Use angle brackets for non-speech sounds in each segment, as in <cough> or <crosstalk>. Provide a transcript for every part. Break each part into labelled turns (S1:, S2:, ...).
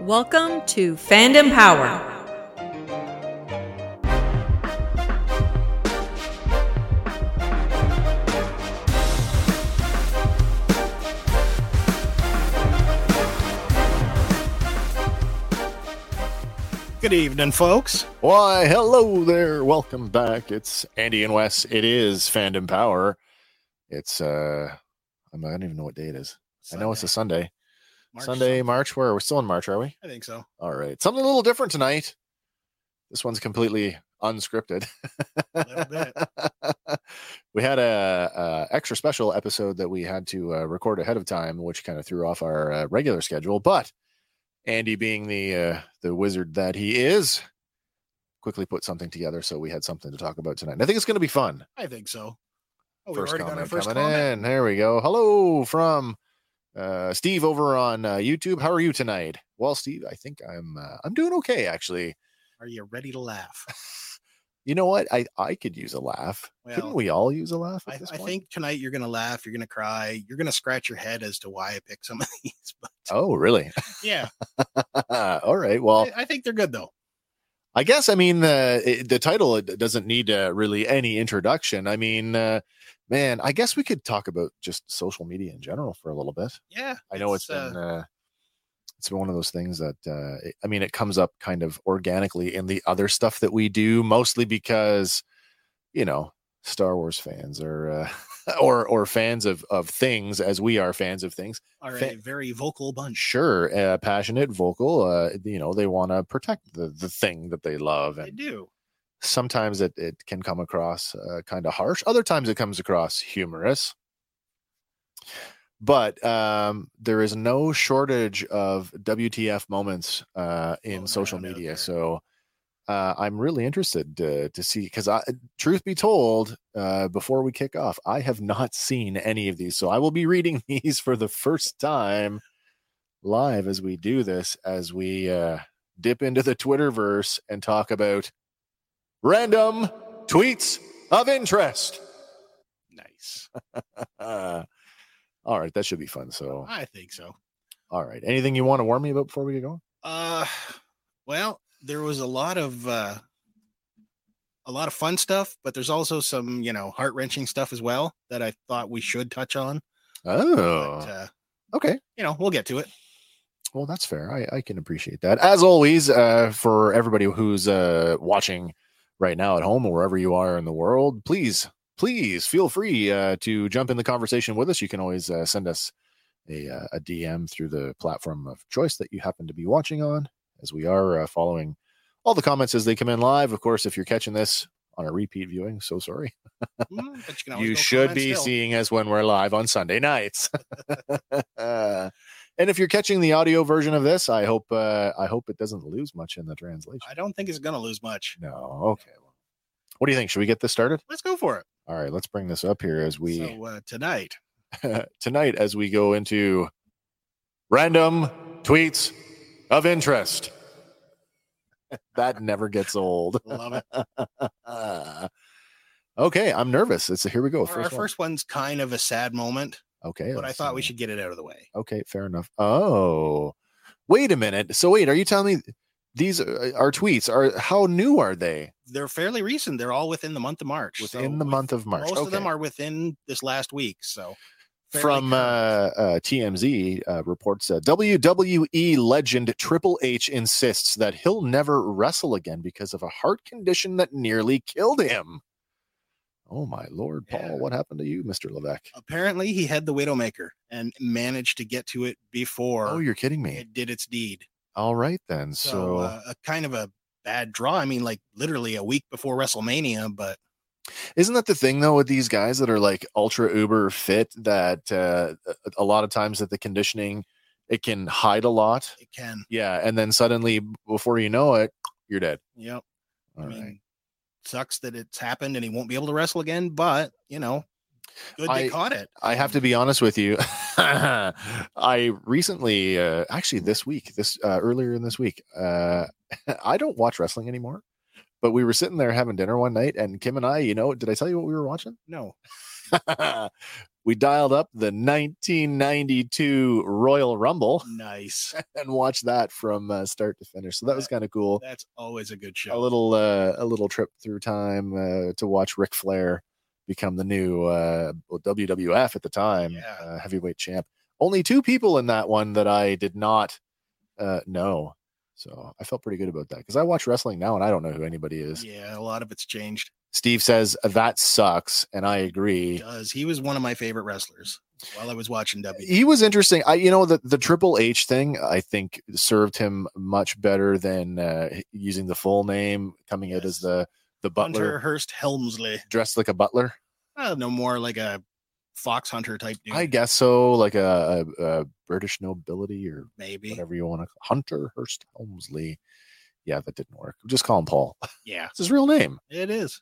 S1: Welcome to Fandom Power.
S2: Good evening, folks.
S3: Why, hello there. Welcome back. It's Andy and Wes. It is Fandom Power. It's uh I don't even know what day it is. I know it's a Sunday.
S2: March
S3: Sunday,
S2: something.
S3: March. Where we're still in March, are we?
S2: I think so.
S3: All right. Something a little different tonight. This one's completely unscripted.
S2: little bit.
S3: <laughs> we had a, a extra special episode that we had to uh, record ahead of time, which kind of threw off our uh, regular schedule. But Andy, being the uh, the wizard that he is, quickly put something together, so we had something to talk about tonight. And I think it's going to be fun.
S2: I think so. Oh, we already got our first comment.
S3: in. There we go. Hello from uh, Steve over on uh, YouTube. How are you tonight? Well, Steve, I think I'm uh, I'm doing okay actually.
S2: Are you ready to laugh?
S3: You know what? I I could use a laugh.
S2: Well,
S3: Couldn't we all use a laugh? <laughs> At
S2: I,
S3: this
S2: I
S3: point?
S2: think tonight you're gonna laugh. You're gonna cry. You're gonna scratch your head as to why I picked some of <laughs> these. But
S3: Oh, really? <laughs>
S2: yeah,
S3: all right. Well,
S2: I, I think they're good though.
S3: I guess I mean uh, it- the title it doesn't need uh, really any introduction. I mean, uh, man, I guess we could talk about just social media in general for a little bit.
S2: Yeah,
S3: I know it's been uh, it's been one of those things that uh, it, I mean it comes up kind of organically in the other stuff that we do, mostly because you know Star Wars fans are uh, <laughs> or or fans of of things as we are fans of things.
S2: are
S3: fa-
S2: a very vocal
S3: <laughs>
S2: bunch.
S3: Sure, uh, passionate, vocal. Uh, you know they want to protect the the thing that they love,
S2: They
S3: and
S2: do.
S3: sometimes it it can come across uh, kind of harsh. Other times it comes across humorous. But um, there is no shortage of WTF moments uh, in
S2: Floating
S3: social
S2: around out
S3: media,
S2: there.
S3: so uh, I'm really interested uh, to see. Because truth be told, uh, before we kick off, I have not seen any of these, so I will be reading <laughs> these for the first time live as we do this, as we uh, dip into the Twitterverse and talk about random tweets of interest. <laughs>
S2: Nice.
S3: Uh, all right, that should be fun. So,
S2: I think so.
S3: all right, anything you want to warn me about before we get going?
S2: Uh, well, there was a lot of uh, a lot of fun stuff, but there's also some you know heart wrenching stuff as well that I thought we should touch on.
S3: Oh,
S2: But, uh,
S3: okay.
S2: you know, we'll get to
S3: <laughs>
S2: it.
S3: Well, that's fair. I, I can appreciate that. As always, uh, for everybody who's uh, watching right now at home or wherever you are in the world, please, please feel free uh, to jump in the conversation with us. You can always uh, send us a, uh, a DM through the platform of choice that you happen to be watching on, as we are uh, following all the comments as they come in live. Of course, if you're catching this on a repeat viewing, so sorry
S2: Mm, but can always
S3: you
S2: go
S3: should
S2: comment
S3: be
S2: still.
S3: seeing us when we're live on Sunday nights. <laughs> Uh, and if you're catching the audio version of this, I hope uh, I hope it doesn't lose much in the translation.
S2: I don't think it's gonna lose much.
S3: No, okay. What do you think? Should we get this started?
S2: Let's go for it.
S3: All right, let's bring this up here as we
S2: so uh, tonight,
S3: <laughs> tonight as we go into random tweets of interest. <laughs> that never
S2: <laughs>
S3: gets old.
S2: love it.
S3: okay, I'm nervous. It's here we go.
S2: Uh. Our- our
S3: one.
S2: first one's kind of a sad moment,
S3: Okay,
S2: but I
S3: let's
S2: thought we
S3: see.
S2: should get it out of the way.
S3: Okay, fair enough. Oh, wait a minute. So wait, are you telling me these are, are tweets? Are how new are they
S2: They're fairly recent. They're all within the month of March. so
S3: within the month of March?
S2: Most
S3: okay.
S2: of them are within this last week. So fairly
S3: from uh, uh, TMZ uh, reports uh, WWE legend Triple H insists that he'll never wrestle again because of a heart condition that nearly killed him. Oh my lord, Paul!
S2: Yeah.
S3: What happened to you, Mister Levesque?
S2: apparently he had the widowmaker and managed to get to it before
S3: Oh, you're kidding me!
S2: it did its deed
S3: All right then.
S2: so,
S3: So,
S2: uh, a kind of a bad draw i mean like literally a week before wrestlemania but
S3: isn't that the thing though with these guys that are like ultra uber fit that uh, a- a lot of times that the conditioning it can hide a lot.
S2: it can
S3: Yeah, and then suddenly before you know it, you're dead.
S2: yep
S3: All
S2: i
S3: right.
S2: mean sucks that it's happened and he won't be able to wrestle again but you know good they
S3: I-
S2: caught it
S3: I have to be honest with you. <laughs> I recently, uh, actually this week, this uh, earlier in this week, uh, <laughs> I don't watch wrestling anymore. But we were sitting there having dinner one night, and Kim and I, you know, did I tell you what we were watching? <laughs>
S2: no
S3: we dialed up the 1992 Royal Rumble <laughs>
S2: nice
S3: and watched that from uh, start to finish. So that was kind of cool.
S2: that's always a good
S3: A
S2: show
S3: little, uh, a little trip through time uh, to watch Ric Flair become the new uh, WWF at the time
S2: Yeah.
S3: uh, heavyweight champ. Only two people in that one that I did not uh, know, so I felt pretty good about that because I watch wrestling now and I don't know who anybody is.
S2: yeah a lot of it's changed
S3: Steve says that sucks, and I agree.
S2: does he was one of my favorite wrestlers while i was watching w
S3: He was interesting. I, you know, the the Triple H thing, I think served him much better than uh, using the full name, coming out as
S2: Yes.
S3: the the butler,
S2: hunter hurst helmsley
S3: dressed like a butler.
S2: uh, no more like a fox hunter type dude
S3: I guess so, like a, a, a British nobility or
S2: maybe
S3: whatever you want to. Hunter Hurst Helmsley. Yeah, that didn't work. Just call him Paul.
S2: yeah
S3: It's his real name.
S2: it is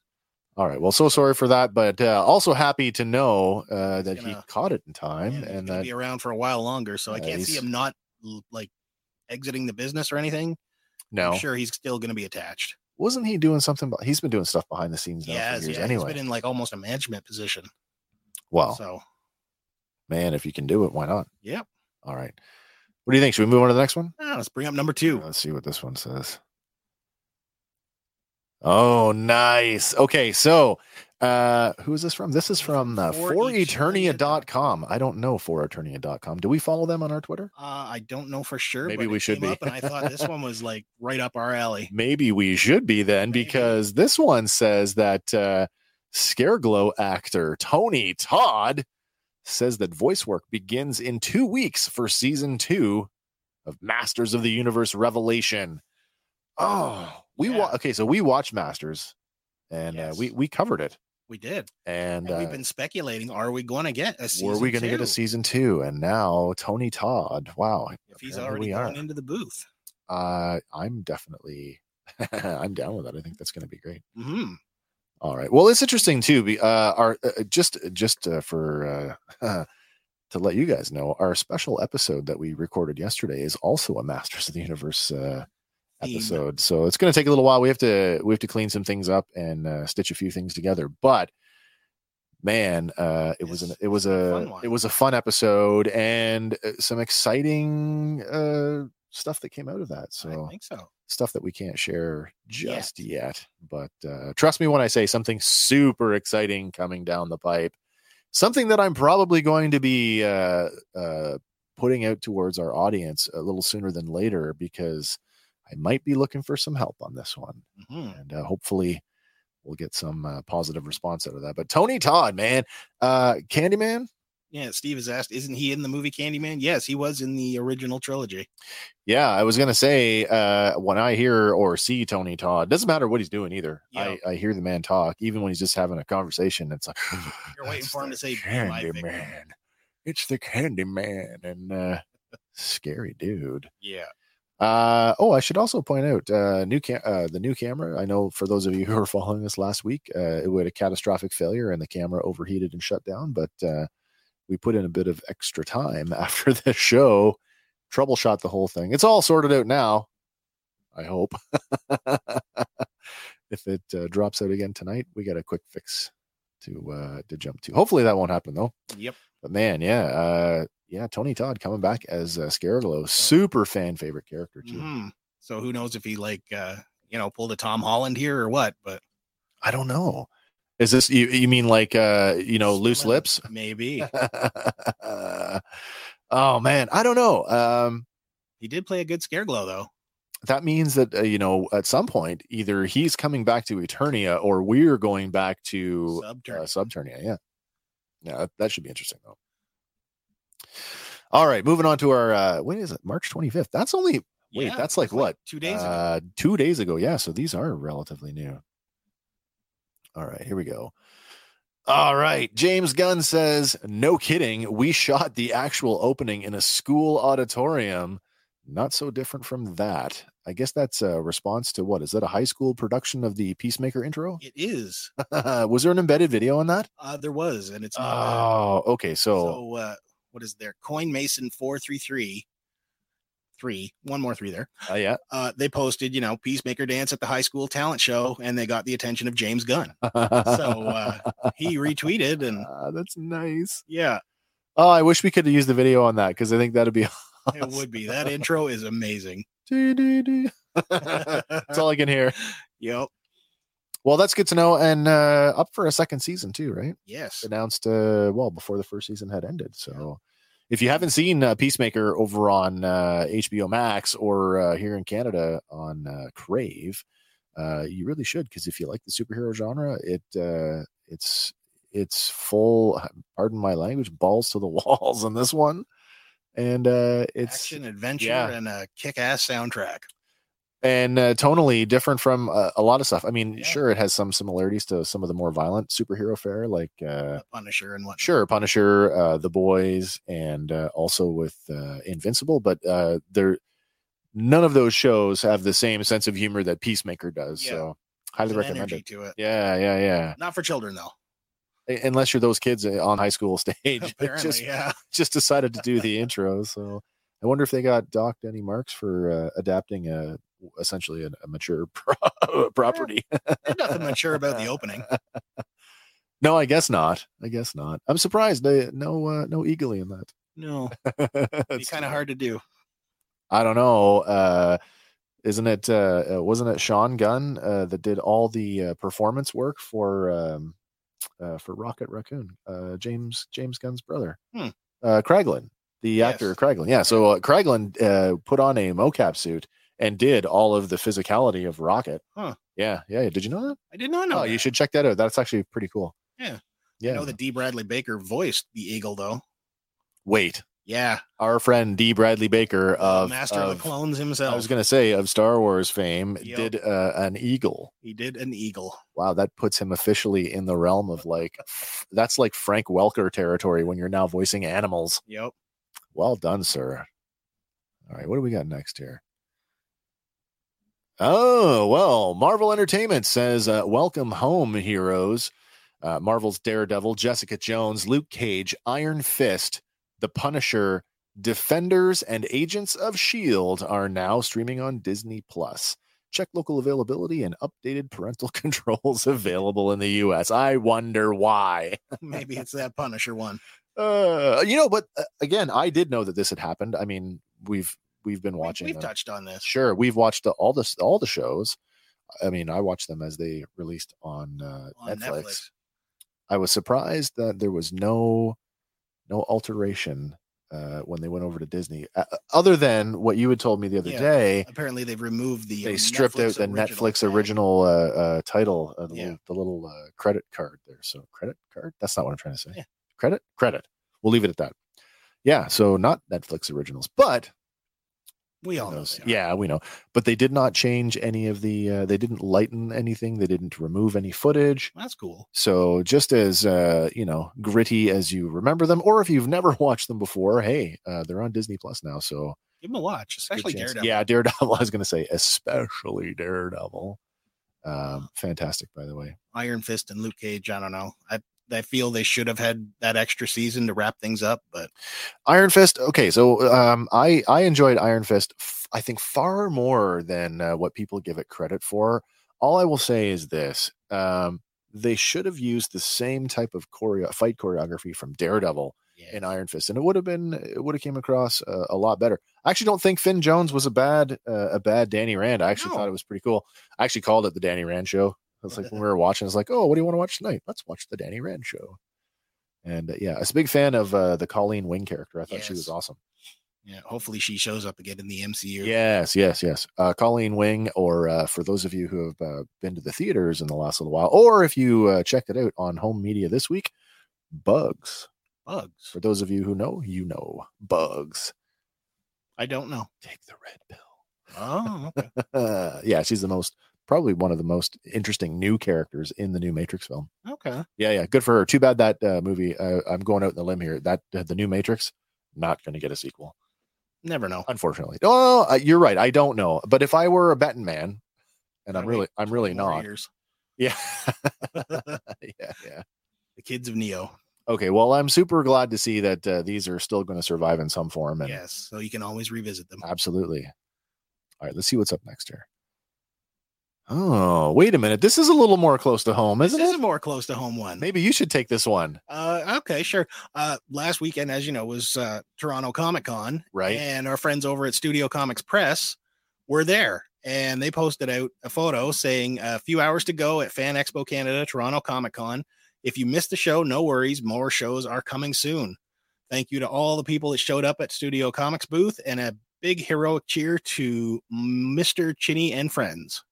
S3: All right. Well, so sorry for that, but uh, also happy to know uh, that he
S2: gonna-
S3: caught it in time
S2: and, he's
S3: and
S2: gonna
S3: that
S2: be around for a while longer so i
S3: Yeah,
S2: can't see
S3: he's-
S2: him not l- like exiting the business or anything
S3: no,
S2: i'm sure he's still going to be attached
S3: wasn't he doing something? But he's been doing stuff behind the scenes now
S2: yes
S3: for years
S2: yeah,
S3: anyway.
S2: he's been in like almost a management position
S3: wow,
S2: so
S3: man, if you can do it, why not?
S2: yep
S3: All right. What do you think? Should we move on to the next one?
S2: Ah, let's bring up number two
S3: Let's see what this one says. Oh, nice. Okay, so uh who is this from? This is from uh, foreternia.com. I don't know foreternia.com. Do we follow them on our Twitter?
S2: uh, i don't know for sure
S3: Maybe
S2: but
S3: we
S2: it
S3: should
S2: came
S3: be.
S2: up and i thought this one was like right up our alley
S3: <laughs> Maybe we should be then
S2: Maybe.
S3: because this one says that uh Scareglow actor Tony Todd says that voice work begins in 2 weeks for season 2 of Masters of the Universe Revelation. Oh, we wa-
S2: Yeah.
S3: okay, so we watched Masters and uh,
S2: Yes.
S3: we we covered it
S2: we did
S3: and,
S2: And
S3: uh,
S2: we've been speculating are we going to get a season
S3: were we going to get
S2: two?
S3: a season 2 and now Tony Todd. Wow.
S2: if he's
S3: apparently
S2: already
S3: we are.
S2: gone into the booth
S3: Uh I'm definitely <laughs> I'm down with that. I think that's going to be great.
S2: hmm
S3: All right. Well, it's interesting too. be- Uh, our uh, just just uh, for uh, <laughs> to let you guys know, our special episode that we recorded yesterday is also a Masters of the Universe uh,
S2: Theme.
S3: episode. So it's going to take a little while. We have to we have to clean some things up and uh, stitch a few things together. But man, uh, it was an
S2: It's
S3: it was
S2: a fun
S3: a
S2: one.
S3: it was a fun episode and uh, some exciting uh, stuff that came out of that. So
S2: i think so
S3: stuff that we can't share just yet. But uh, trust me when I say something super exciting coming down the pipe, something that I'm probably going to be uh, uh, putting out towards our audience a little sooner than later because I might be looking for some help on this one.
S2: hmm
S3: And uh, hopefully we'll get some uh, positive response out of that. But Tony Todd, man, uh, Candyman.
S2: Yeah, Steve has asked, isn't he in the movie Candyman? Yes, he was in the original trilogy.
S3: Yeah, I was gonna say uh, when I hear or see Tony Todd, doesn't matter what he's doing either.
S2: Yeah.
S3: I, I hear the man talk, even when he's just having a conversation. It's like <laughs>
S2: You're waiting
S3: "That's
S2: for him
S3: the
S2: to say, "Be my
S3: Candy
S2: victim."
S3: Man. It's the Candy Man, and uh, scary dude.
S2: Yeah.
S3: Uh, oh, I should also point out uh, new cam- uh, the new camera. I know for those of you <laughs> who were following this last week, uh, it was a catastrophic failure and the camera overheated and shut down. But uh, we put in a bit of extra time <laughs> after the show, troubleshot the whole thing. It's all sorted out now. I hope. <laughs> if it uh, drops out again tonight, we got a quick fix to uh, to jump to. Hopefully that won't happen though.
S2: Yep.
S3: But man, yeah, uh, yeah, Tony Todd coming back as uh, Scareglow, super fan favorite character too.
S2: Mhm. So who knows if he like uh, you know, pulled a Tom Holland here or what, but
S3: I don't know. Is this you? You mean like uh, you know, loose lips?
S2: <laughs> Maybe
S3: <laughs> oh man, I don't know. Um,
S2: he did play a good scare glow though.
S3: that means that uh, you know, at some point, either he's coming back to Eternia or we're going back to
S2: Subturn.
S3: uh, Subternia. Yeah. Yeah, that, that should be interesting though. All right, moving on to our uh when is it? March 25th. That's only wait,
S2: Yeah,
S3: that's like what?
S2: two days ago.
S3: Uh 2 days ago. Yeah, so these are relatively new. All right, here we go. All right, James Gunn says, "No kidding, we shot the actual opening in a school auditorium. Not so different from that. I guess that's a response to what? Is that a high school production of the Peacemaker intro?
S2: It
S3: <laughs>
S2: is.
S3: Was there an embedded video on that?
S2: Uh, there was, and it's not bad.
S3: Oh, okay. So,
S2: So uh, what is there? Coin Mason four three three three one more three there.
S3: uh, yeah,
S2: Uh, they posted, you know, Peacemaker dance at the high school talent show, and they got the attention of James Gunn. So uh,
S3: <laughs>
S2: he retweeted, and
S3: Ah, that's nice.
S2: yeah,
S3: Oh, I wish we could use the video on that because I think that'd be.
S2: it would be that intro is
S3: <laughs>
S2: amazing.
S3: Doo-doo-doo. that's
S2: yep, <laughs>
S3: all I can hear. Well, that's good to know, and uh, up for a second season too, right?
S2: yes,
S3: Announced uh, well before the first season had ended. So, if you haven't seen uh, Peacemaker over on uh, HBO Max or uh, here in Canada on uh, Crave, uh, you really should because if you like the superhero genre, it uh, it's it's full. Pardon my language, balls to the <laughs> walls on this one, and uh, it's
S2: action adventure
S3: yeah.
S2: and a kick-ass soundtrack.
S3: and uh, tonally different from uh, a lot of stuff. I mean,
S2: Yeah.
S3: sure, it has some similarities to some of the more violent superhero fare, like uh,
S2: The Punisher and whatnot.
S3: sure, Punisher, uh, The Boys, and uh, also with uh, Invincible. But uh, there, none of those shows have the same sense of humor that Peacemaker does.
S2: Yeah.
S3: So, highly
S2: There's an
S3: recommend
S2: energy
S3: it.
S2: to it.
S3: Yeah, yeah, yeah.
S2: Not for children
S3: <laughs>
S2: though.
S3: U- Unless you're those kids uh, on high school <laughs> stage, that
S2: Apparently,
S3: just
S2: yeah.
S3: just decided to do the intro. So, I wonder if they got docked any marks for uh, adapting a essentially a, a mature <laughs> pro- property.
S2: There's nothing mature about the opening.
S3: <laughs> No, I guess not. I guess not. I'm surprised. They, no, uh, no eagly in that. <laughs>
S2: No, it'd be
S3: It's-
S2: kind of hard to do.
S3: I don't know. Uh, isn't it? Uh, uh, wasn't it Sean Gunn uh, that did all the uh, performance work for um, uh, for Rocket Raccoon? Uh, James James Gunn's brother,
S2: Hmm.
S3: uh, Craglin, the
S2: Yes.
S3: actor Craglin. Yeah. So uh, Craglin uh, put on a mocap suit and did all of the physicality of Rocket.
S2: Huh.
S3: Yeah, yeah. yeah. Did you know that?
S2: I did not know.
S3: No,
S2: that.
S3: Oh, you should check that out. That's actually pretty cool.
S2: Yeah.
S3: Yeah.
S2: I know that D. Bradley Baker voiced the Eagle though.
S3: Wait.
S2: Yeah,
S3: our friend D. Bradley Baker
S2: the
S3: of
S2: Master of the
S3: Clones.
S2: Clones himself.
S3: I was going to say of Star Wars fame
S2: Yep.
S3: did uh, an eagle.
S2: he did an Eagle.
S3: Wow, that puts him officially in the realm of like f- that's like Frank Welker territory when you're now voicing animals.
S2: Yep.
S3: Well done, sir. All right, what do we got next here? Oh, well, Marvel Entertainment says, uh, Welcome home, heroes. Uh, Marvel's Daredevil, Jessica Jones, Luke Cage, Iron Fist, The Punisher, Defenders, and Agents of S.H.I.E.L.D. E are now streaming on Disney Plus. Check local availability and updated parental <laughs> controls available in the U.S. I wonder why
S2: <laughs> Maybe it's that Punisher one.
S3: uh you know but uh, again i did know that this had happened i mean we've we've been
S2: We-
S3: watching
S2: We've
S3: them.
S2: touched on this.
S3: sure we've watched the, all this all the shows i mean i watched them as they released on, uh,
S2: on
S3: netflix.
S2: Netflix.
S3: i was surprised that there was no no alteration uh when they went over to disney uh, other than what you had told me the other
S2: Yeah.
S3: day
S2: Apparently, they've removed the. uh,
S3: they stripped out the netflix original uh, uh title uh, the,
S2: Yeah.
S3: little, the little uh, credit card there so credit card that's not what i'm trying to say
S2: Yeah.
S3: credit credit we'll leave it at that yeah so not netflix originals but
S2: We all know.
S3: those-
S2: they are.
S3: yeah we know but they did not change any of the uh, they didn't lighten anything they didn't remove any footage
S2: that's cool.
S3: so just as uh, you know, gritty as you remember them, or if you've never <laughs> watched them before, hey, uh, they're on Disney Plus now. So
S2: Give them a watch,
S3: good
S2: especially
S3: chance.
S2: Daredevil.
S3: Yeah, Daredevil. <laughs> I was going to say, especially Daredevil. Um, fantastic, by the way.
S2: Iron Fist and Luke Cage. I don't know. I I feel they should have had that extra season to wrap things up, but
S3: Iron Fist. Okay, so um, I I enjoyed Iron Fist. F- I think far more than uh, what people give it credit for. All I will say is this: um, they should have used the same type of choreo- fight choreography from Daredevil
S2: yeah,
S3: in Iron Fist, and it would have been it would have came across uh, a lot better. I actually don't think Finn Jones was a bad uh, a bad Danny Rand. I actually
S2: No.
S3: thought it was pretty cool. I actually called it the Danny Rand show. It's like when we were watching, it's like, oh, what do you want to watch tonight? Let's watch the Danny Rand show. And uh, yeah, I was a big fan of uh, the Colleen Wing character. I thought she was
S2: Yes.
S3: awesome.
S2: Yeah, hopefully she shows up again in the MCU.
S3: Yes, yes, yes. Uh, Colleen Wing, or uh, for those of you who have uh, been to the theaters in the last little while, or if you uh, checked it out on home media this week, Bugs.
S2: bugs.
S3: For those of you who know, you know Bugs.
S2: I don't know.
S3: Take the red pill.
S2: Oh, okay.
S3: <laughs> yeah, she's the most, probably one of the most interesting new characters in the new Matrix film.
S2: okay.
S3: Yeah, yeah, good for her. Too bad that uh, movie. Uh, I'm going out in the limb here. That uh, the new Matrix not going to get a sequel,
S2: Never know.
S3: unfortunately. Oh, uh, you're right. I don't know, but if I were a betting man, and I'm
S2: Gotta
S3: really,
S2: wait
S3: I'm really
S2: More
S3: not.
S2: years.
S3: <laughs> Yeah,
S2: the
S3: yeah, yeah.
S2: kids of Neo.
S3: Okay, well, I'm super glad to see that uh, these are still going to survive in some form, and
S2: Yes. So you can always revisit them.
S3: absolutely. All right, let's see what's up next here. Oh, wait a minute. This is a little more close to home, isn't
S2: this
S3: it?
S2: is a more close to home one.
S3: Maybe you should take this one.
S2: Uh, okay, sure. Uh, last weekend, as you know, was uh, Toronto Comic Con,
S3: Right.
S2: And our friends over at Studio Comics Press were there, and they posted out a photo saying a few hours to go at Fan Expo Canada, Toronto Comic Con. If you missed the show, no worries. More shows are coming soon. Thank you to all the people that showed up at Studio Comics booth, and a big heroic cheer to Mr. Chinny and friends.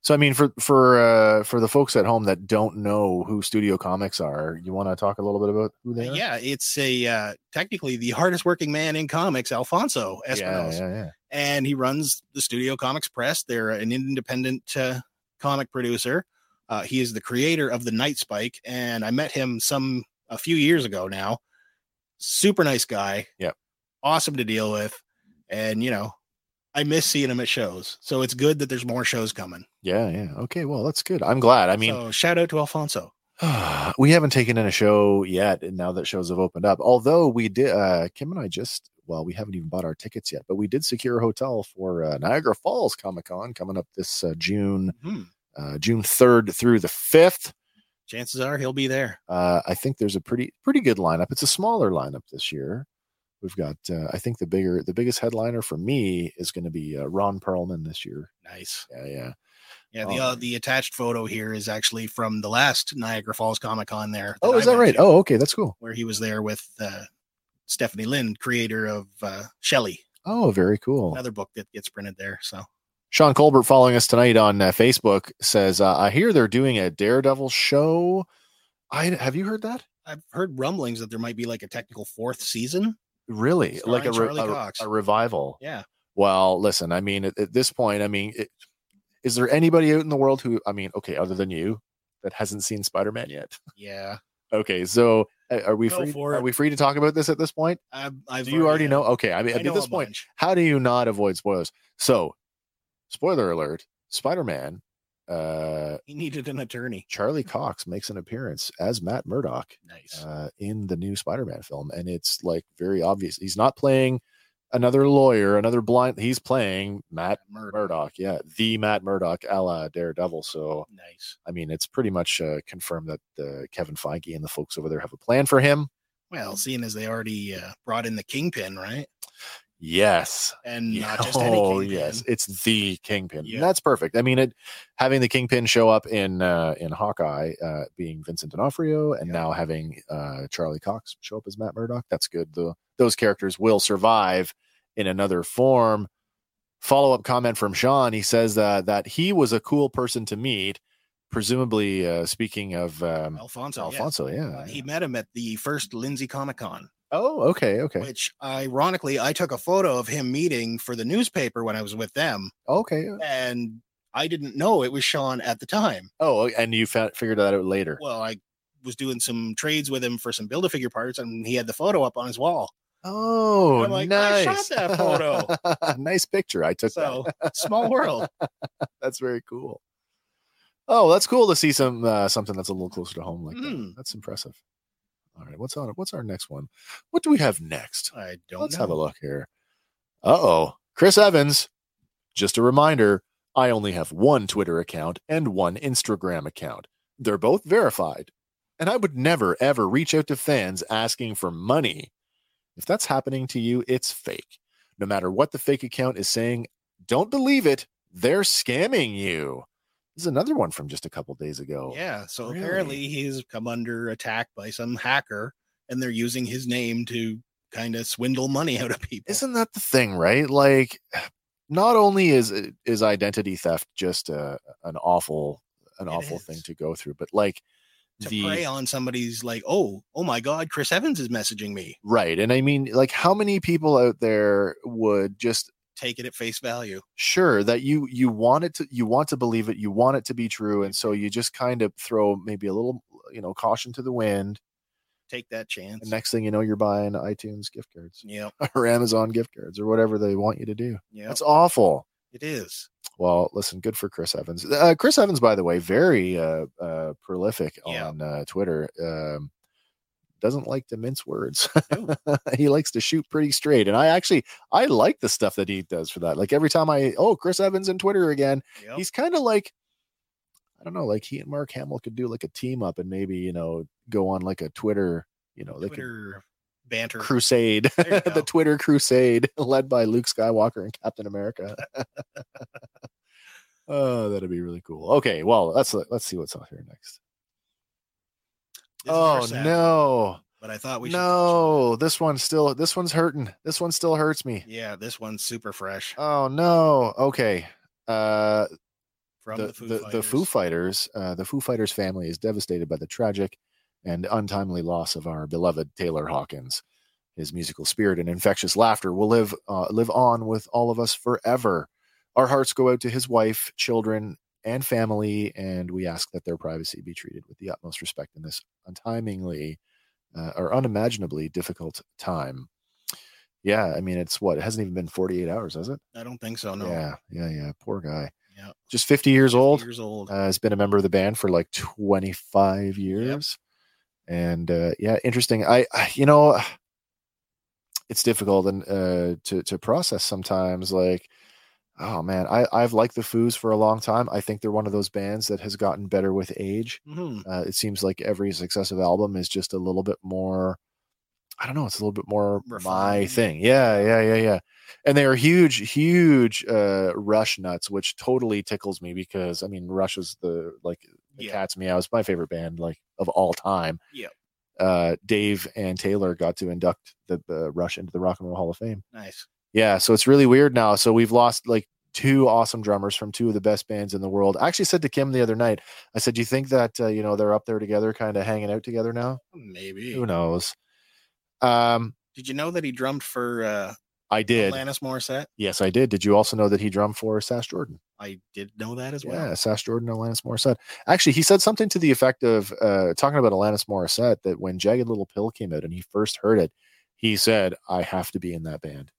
S3: So I mean, for for uh, for the folks at home that don't know who Studio Comics are, you want to talk a little bit about who they are?
S2: Yeah, it's a uh, technically the hardest working man in comics, Alfonso Espinosa.
S3: yeah, yeah.
S2: and he runs the Studio Comics Press. They're an independent uh, comic producer. Uh, he is the creator of the Night Spike, and I met him some a few years ago now. Super nice guy.
S3: Yep.
S2: Awesome to deal with, and you know, I miss seeing him at shows. So it's good that there's more shows coming.
S3: yeah, yeah. Okay, well, that's good. I'm glad. I mean,
S2: so shout out to Alfonso.
S3: <sighs> we haven't taken in a show yet, and now that shows have opened up. Although we did, uh, Kim and I just well, we haven't even bought our tickets yet, but we did secure a hotel for uh, Niagara Falls Comic Con coming up this uh, June
S2: Hmm.
S3: uh, June third through the fifth.
S2: Chances are he'll be there.
S3: Uh, I think there's a pretty pretty good lineup. It's a smaller lineup this year. We've got uh, I think the bigger the biggest headliner for me is going to be uh, Ron Perlman this year.
S2: Nice.
S3: Yeah, yeah.
S2: Yeah. The
S3: Oh.
S2: uh, the attached photo here is actually from the last Niagara Falls Comic Con. There.
S3: Oh, is
S2: I
S3: that
S2: went
S3: right?
S2: to.
S3: Oh, okay, that's cool.
S2: where he was there with uh, Stephanie Lynn, creator of uh, Shelley,
S3: Oh, very cool.
S2: another book that gets printed there. So
S3: Sean Colbert, following us tonight on uh, Facebook, says, uh, "I hear they're doing a Daredevil show. I have you heard that?
S2: I've heard rumblings that there might be like a technical fourth season.
S3: Really? like a,
S2: Starring
S3: re-
S2: Charlie
S3: a,
S2: Cox.
S3: a revival?
S2: Yeah.
S3: Well, listen, I mean, at, at this point, I mean, it, is there anybody out in the world who, I mean, okay, other than you, that hasn't seen Spider Man yet? <laughs>
S2: Yeah.
S3: Okay, so uh, are we
S2: Go
S3: free?
S2: for
S3: Are
S2: it.
S3: we free to talk about this at this point?
S2: I've, I've uh,
S3: Do you already know? Okay, I mean,
S2: I know
S3: at this
S2: a
S3: point,
S2: bunch.
S3: how do you not avoid spoilers? So, spoiler alert: Spider Man. Uh,
S2: he needed an attorney.
S3: Charlie Cox makes an appearance as Matt Murdock
S2: Nice.
S3: uh, in the new Spider-Man film, and it's like very obvious he's not playing another lawyer, another blind. He's playing Matt
S2: Murder.
S3: Murdock, yeah, the Matt Murdock, a la Daredevil. So
S2: Nice.
S3: I mean, it's pretty much uh, confirmed that uh, Kevin Feige and the folks over there have a plan for him.
S2: Well, seeing as they already uh, brought in the kingpin, right?
S3: Yes.
S2: And
S3: Yeah.
S2: not just
S3: <laughs>
S2: any
S3: oh
S2: kingpin.
S3: yes, it's the kingpin.
S2: Yeah.
S3: And that's perfect. I mean, it having the kingpin show up in uh, in Hawkeye, uh, being Vincent D'Onofrio, and
S2: Yeah.
S3: now having uh, Charlie Cox show up as Matt Murdock. That's good. The, those characters will survive in another form. Follow up comment from Sean. He says uh, that he was a cool person to meet. Presumably, uh, speaking of um,
S2: Alfonso. yes.
S3: Alfonso, yeah.
S2: Uh, He met him at the first Lindsay Comic Con.
S3: oh, okay, okay,
S2: which ironically I took a photo of him meeting for the newspaper when I was with them
S3: okay.
S2: and I didn't know it was Sean at the time.
S3: Oh, and you found, figured that out later.
S2: Well, I was doing some trades with him for some build a figure parts and he had the photo up on his
S3: <laughs>
S2: wall.
S3: Oh,
S2: I'm like, I
S3: nice.
S2: shot that photo.
S3: <laughs> nice picture. I took
S2: So,
S3: that.
S2: small world.
S3: That's very cool. Oh, that's cool to see some uh, something that's a little closer to home like that.
S2: Mm.
S3: That's impressive. All right, what's on what's our next one? What do we have next?
S2: I don't
S3: Let's
S2: know.
S3: have a look here. Uh-oh. Chris Evans. Just a reminder, I only have one Twitter account and one Instagram account. They're both verified. And I would never ever reach out to fans asking for money. If that's happening to you, it's fake. No matter what the fake account is saying, don't believe it. They're scamming you. This is another one from just a couple days ago.
S2: Yeah. So
S3: Really?
S2: apparently he's come under attack by some hacker and they're using his name to kind of swindle money out of people.
S3: Isn't that the thing, right? Like, not only is is identity theft just a, an awful an
S2: It
S3: awful
S2: is.
S3: thing to go through, but like
S2: to
S3: the
S2: prey on somebody's like, oh, oh my God, Chris Evans is messaging me.
S3: right, and I mean, like, how many people out there would just
S2: Take it at face value.
S3: sure that you you want it to you want to believe it you want it to be true and so you just kind of throw maybe a little you know caution to the wind
S2: Take that chance.
S3: and next thing you know you're buying itunes gift cards <laughs>
S2: Yep.
S3: or amazon gift cards or whatever they want you to do
S2: Yep.
S3: that's awful
S2: it is.
S3: well listen good for chris evans uh, chris evans by the way very uh, uh prolific
S2: Yeah.
S3: on uh, twitter um doesn't like to mince words
S2: No.
S3: <laughs> he likes to shoot pretty straight and i actually i like the stuff that he does for that like every time i oh chris evans and twitter again
S2: Yep.
S3: he's kind of like I don't know, like he and Mark Hamill could do like a team up and maybe you know go on like a Twitter, you know, like a
S2: Twitter banter.
S3: <laughs> crusade,
S2: There you go.
S3: the Twitter crusade <laughs> led by Luke Skywalker and Captain America. <laughs> oh, that'd be really cool. Okay, well, let's let's see what's out here next.
S2: This is our
S3: oh
S2: sad,
S3: no,
S2: But I thought we should.
S3: no, this one's still this one's hurting. This one still hurts me.
S2: Yeah, this one's super fresh
S3: Oh no. Okay. Uh
S2: from
S3: the,
S2: the, Foo
S3: the, the Foo Fighters, uh, the Foo Fighters family is devastated by the tragic and untimely loss of our beloved Taylor Hawkins. His musical spirit and infectious laughter will live uh, live on with all of us forever. Our hearts go out to his wife, children, and family, and we ask that their privacy be treated with the utmost respect in this untimely uh, or unimaginably difficult time. Yeah, I mean, it's what it hasn't even been 48 hours, has it?
S2: I don't think so. No.
S3: Yeah, yeah, yeah. Poor guy.
S2: Yeah.
S3: Just 50 years old
S2: Years old.
S3: uh, has been a member of the band for like 25 years and uh, yeah interesting I, I you know uh, it's difficult and uh, to to process sometimes like oh man I I've liked the Foos for a long time I think they're one of those bands that has gotten better with age
S2: Mhm.
S3: uh, it seems like every successive album is just a little bit more i don't know it's a little bit more my
S2: Refined.
S3: thing yeah yeah yeah yeah and they are huge huge uh rush nuts which totally tickles me because i mean rush is the like the
S2: Yeah.
S3: cat's meow is my favorite band like of all time
S2: Yep.
S3: uh dave and taylor got to induct the, the rush into the rock and roll hall of fame
S2: Nice.
S3: yeah, so it's really weird now. So we've lost like two awesome drummers from two of the best bands in the world. I actually said to Kim the other night, I said, "Do you think that uh, you know they're up there together, kind of hanging out together now?
S2: Maybe.
S3: Who knows?" Um,
S2: Did you know that he drummed for uh,
S3: I did.
S2: Alanis Morissette?
S3: Yes, I did. Did you also know that he drummed for Sash Jordan?
S2: I did know that as well.
S3: Yeah, Sash Jordan and Alanis Morissette. Actually, he said something to the effect of uh, talking about Alanis Morissette that when Jagged Little Pill came out and he first heard it, he said, "I have to be in that band."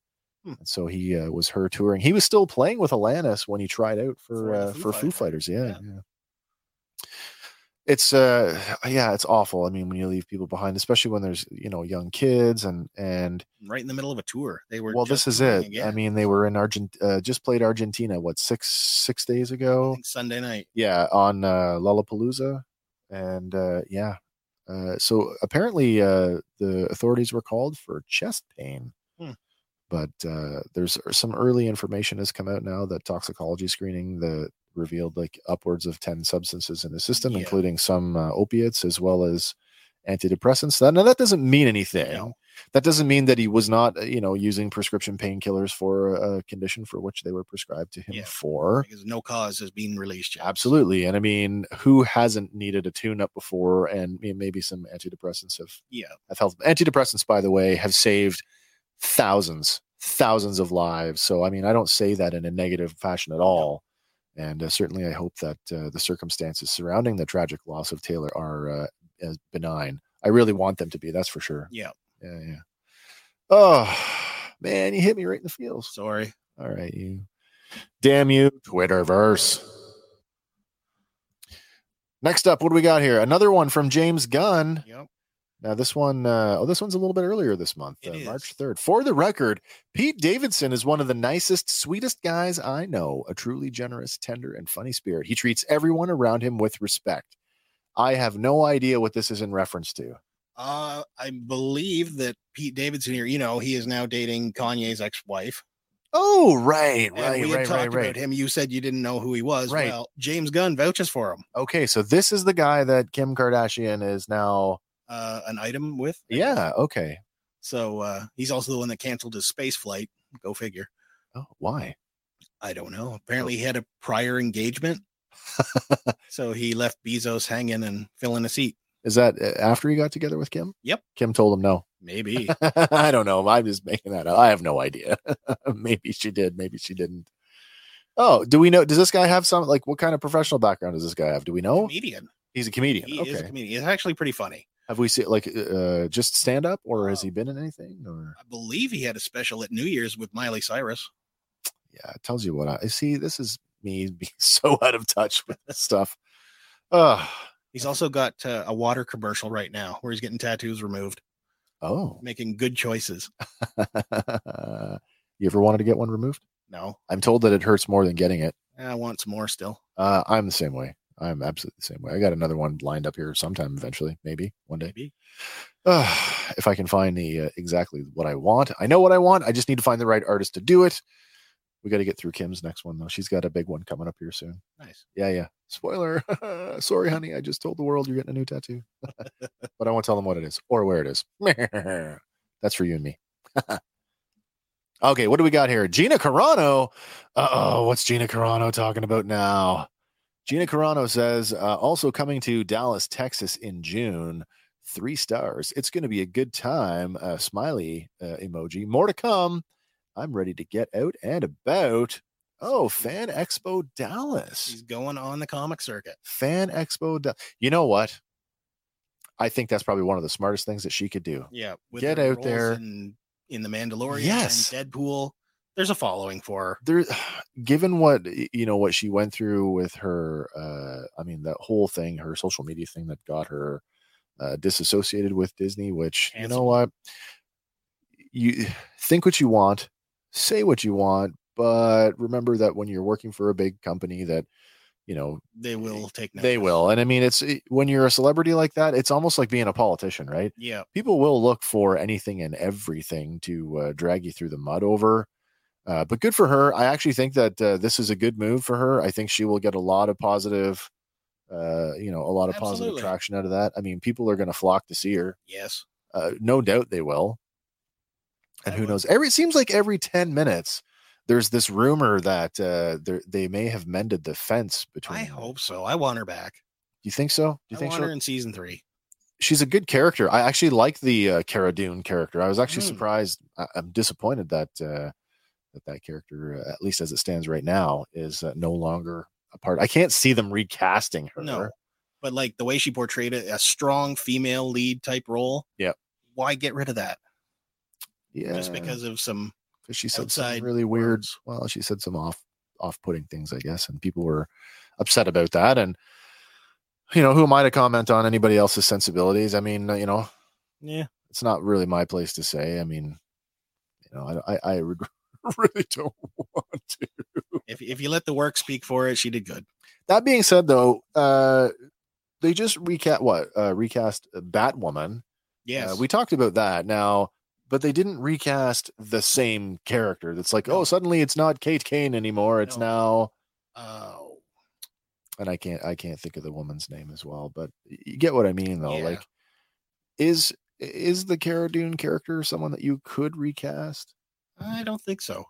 S2: Hmm.
S3: And so he uh, was her touring. He was still playing with Alanis when he tried out for
S2: For the
S3: uh,
S2: Foo
S3: for Foo
S2: Fighters,
S3: Fighters. Yeah,
S2: yeah.
S3: yeah, It's uh, yeah, it's awful. I mean, when you leave people behind, especially when there's you know young kids and and
S2: Right in the middle of a tour. They were
S3: well,
S2: just
S3: this is
S2: touring
S3: it. I
S2: again,
S3: mean, they were in Argent, uh, just played Argentina. What six six days
S2: I
S3: ago?
S2: think Sunday night.
S3: yeah on uh, Lollapalooza, and uh, yeah. Uh, so apparently, uh, the authorities were called for chest pain,
S2: Hmm.
S3: but uh, there's some early information has come out now that toxicology screening the revealed like upwards of ten substances in the system,
S2: Yeah.
S3: including some uh, opiates as well as antidepressants. That, now that doesn't mean anything.
S2: No.
S3: That doesn't mean that he was not, uh, you know, using prescription painkillers for a condition for which they were prescribed to him
S2: Yeah.
S3: for.
S2: Because no cause has been released yet.
S3: Absolutely. And I mean, who hasn't needed a tune up before? And I mean, maybe some antidepressants have,
S2: Yeah.
S3: have helped. Antidepressants, by the way, have saved thousands, thousands of lives. So, I mean, I don't say that in a negative fashion at all. And uh, certainly, I hope that uh, the circumstances surrounding the tragic loss of Taylor are uh, as benign. I really want them to be, that's for sure.
S2: Yeah.
S3: Yeah. Yeah. Oh, <sighs> man, you hit me right in the feels.
S2: Sorry.
S3: All right, you. Damn you, Twitterverse. Next up, what do we got here? Another one from James Gunn.
S2: Yep.
S3: Now, this one, uh, oh, this one's a little bit earlier this month,
S2: It
S3: uh,
S2: is.
S3: March 3rd. For the record, Pete Davidson is one of the nicest, sweetest guys I know, a truly generous, tender, and funny spirit. He treats everyone around him with respect. I have no idea what this is in reference to.
S2: Uh, I believe that Pete Davidson here, you know, he is now dating Kanye's ex wife.
S3: Oh, right,
S2: And
S3: right,
S2: we had
S3: right,
S2: talked
S3: right, right.
S2: about him. You said you didn't know who he was.
S3: Right.
S2: Well, James Gunn vouches for him.
S3: Okay, so this is the guy that Kim Kardashian is now.
S2: Uh, an item with.
S3: Yeah. Okay.
S2: So uh, he's also the one that canceled his space flight. Go figure.
S3: Oh, why?
S2: I don't know. Apparently, he had a prior
S3: <laughs>
S2: engagement, so he left Bezos hanging and filling a seat.
S3: Is that uh, after he got together with Kim?
S2: Yep.
S3: Kim told him no. <laughs>
S2: Maybe.
S3: I don't know. I'm just making that up. I have no idea. <laughs> maybe she did. Maybe she didn't. Oh, do we know? Does this guy have some like what kind of professional background does this guy have? Do we know?
S2: comedian.
S3: He's a Oh. comedian.
S2: He
S3: okay.
S2: is a comedian. It's actually pretty funny.
S3: have we seen like uh, just stand up or has
S2: Um,
S3: he been in anything or?
S2: I believe he had a special at New Year's with Miley Cyrus.
S3: yeah, it tells you what I see. This is me being <laughs> so out of touch with this stuff. Uh,
S2: He's also got uh, a water commercial right now where he's getting tattoos removed,
S3: oh,
S2: making good choices.
S3: <laughs> you ever wanted to get one removed?
S2: No,
S3: I'm told that it hurts more than getting it.
S2: I want some more still.
S3: Uh, I'm the same way. I'm absolutely the same way. I got another one lined up here sometime eventually, maybe one day.
S2: Maybe.
S3: Uh, <sighs> if I can find the uh, exactly what I want, I know what I want. I just need to find the right artist to do it. We got to get through Kim's next one though. She's got a big one coming up here soon.
S2: Nice.
S3: Yeah, yeah. Spoiler. <laughs> Sorry, honey. I just told the world you're getting a new tattoo, but I won't tell them what it is or where it is. <laughs> That's for you and me. <laughs> okay, what do we got here? Gina Carano. Uh oh, what's Gina Carano talking about now? Gina Carano says, uh, also coming to Dallas, Texas in June. Three stars. It's going to be a good time. Uh, smiley uh, emoji. More to come. I'm ready to get out and about. Oh, Fan Expo Dallas.
S2: He's going on the comic circuit.
S3: Fan Expo. Da- you know what? I think that's probably one of the smartest things that she could do.
S2: Yeah.
S3: Get
S2: her
S3: out
S2: roles
S3: there.
S2: In, in The Mandalorian
S3: Yes.
S2: and Deadpool. There's a following for her.
S3: There, <sighs> given what y- you know, what she went through with her, uh, I mean, that whole thing, her social media thing that got her uh, disassociated with Disney. Which you know
S2: Canceled.
S3: what, you <sighs> think what you want, say what you want, but remember that when you're working for a big company, that you know
S2: They will take notice.
S3: they will. And I mean, it's it- when you're a celebrity like that, it's almost like being a politician, right?
S2: Yeah.
S3: people will look for anything and everything to uh, drag you through the mud over. Uh, but good for her. I actually think that uh, this is a good move for her. I think she will get a lot of positive, uh, you know, a lot of positive
S2: Absolutely.
S3: traction out of that. I mean, people are going to flock to see her.
S2: Yes.
S3: Uh, no doubt they will. And
S2: I
S3: who
S2: would.
S3: knows? Every it seems like every ten minutes, there's this rumor that uh, there- they may have mended the fence between.
S2: I
S3: them.
S2: hope so. I want her back.
S3: You think so? Do you
S2: I
S3: think
S2: want
S3: she'll
S2: her in season three.
S3: she's a good character. I actually like the uh, Cara Dune character. I was actually
S2: Mm.
S3: surprised. I, I'm disappointed that uh, that that character, uh, at least as it stands right now, is uh, no longer a part. I can't see them recasting her.
S2: No. But like the way she portrayed it, a strong female lead type role.
S3: Yep.
S2: Why get rid of that?
S3: yeah,
S2: Just because of some
S3: 'cause she said some
S2: outside
S3: really weird.
S2: words.
S3: Well, she said some off off-putting things, I guess, and people were upset about that. And you know, who am I to comment on anybody else's sensibilities? I mean, you know,
S2: yeah.
S3: it's not really my place to say. I mean, you know, I don't- I, <laughs> I reg- really don't want to.
S2: If if you let the work speak for it, she did good.
S3: That being said, though, uh, they just recast what uh, recast Batwoman.
S2: Yes.
S3: Uh, we talked about that now, but they didn't recast the same character. That's like,
S2: No.
S3: oh, suddenly it's not Kate Kane anymore. It's
S2: No.
S3: now,
S2: oh
S3: and I can't I can't think of the woman's name as well. But you get what I mean, though.
S2: Yeah.
S3: Like, is is the Cara Dune character someone that you could recast?
S2: I don't think so.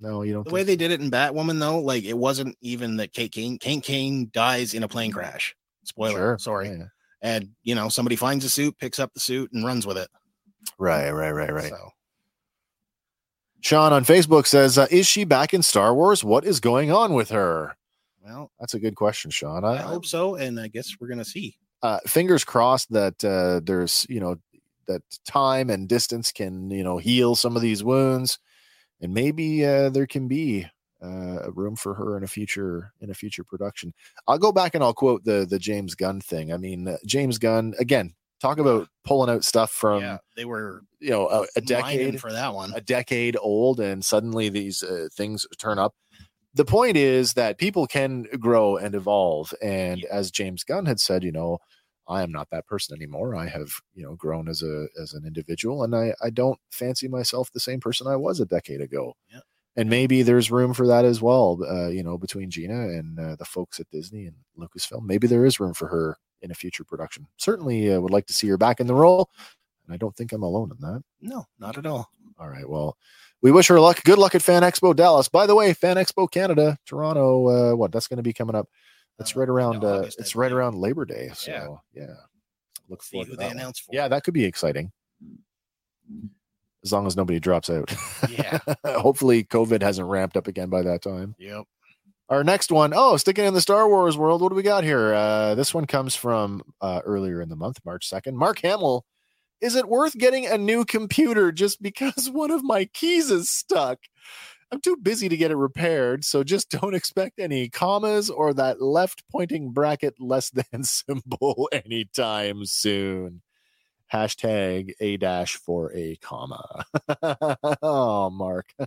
S3: No, you don't.
S2: The
S3: think
S2: way they
S3: so?
S2: did it in Batwoman, though, like it wasn't even that Kate Kane. Kate Kane dies in a plane crash. Spoiler.
S3: Mm-hmm. Sure.
S2: Sorry.
S3: Yeah.
S2: And you know somebody finds a suit, picks up the suit, and runs with it.
S3: Right, right, right, right.
S2: So
S3: Sean on Facebook says, uh, "Is she back in Star Wars? What is going on with her?"
S2: well,
S3: That's a good question, Sean. I,
S2: I hope so, and I guess we're gonna see.
S3: uh, fingers crossed that uh, there's you know that time and distance can you know heal some of these wounds, and maybe uh, there can be uh, a room for her in a future in a future production. I'll go back and I'll quote the the James Gunn thing. I mean, uh, James Gunn again. Talk about pulling out stuff from
S2: yeah, they were
S3: you know a, a
S2: mining
S3: decade
S2: for that one.
S3: a decade old and suddenly these uh, things turn up. The point is that people can grow and evolve. And as James Gunn had said, you know, I am not that person anymore. I have, you know, grown as a as an individual and I I don't fancy myself the same person I was a decade ago.
S2: Yeah.
S3: and maybe there's room for that as well. Uh, you know, between Gina and uh, the folks at Disney and Lucasfilm, maybe there is room for her in a future production. Certainly, uh, would like to see her back in the role, and I don't think I'm alone in that.
S2: No, not at all.
S3: All right, well, we wish her luck. Good luck at Fan Expo Dallas. By the way, Fan Expo Canada, Toronto. Uh, what that's going to be coming up. That's
S2: Uh,
S3: right around.
S2: yeah,
S3: Uh,
S2: August, I
S3: it's right
S2: believe.
S3: around Labor Day. So
S2: Yeah.
S3: yeah, look
S2: See
S3: forward to
S2: who
S3: that.
S2: they
S3: one.
S2: announce for.
S3: Yeah, that could be exciting. As long as nobody drops out.
S2: Yeah.
S3: <laughs> Hopefully, COVID hasn't ramped up again by that time.
S2: Yep.
S3: Our next one, oh, sticking in the Star Wars world, what do we got here? Uh, this one comes from uh, earlier in the month, March 2nd. Mark Hamill, is it worth getting a new computer just because <laughs> one of my keys is stuck? I'm too busy to get it repaired, so just <laughs> don't expect any commas or that left pointing bracket less <laughs> than symbol anytime soon. Hashtag a dash for a comma. <laughs> oh, Mark. <laughs>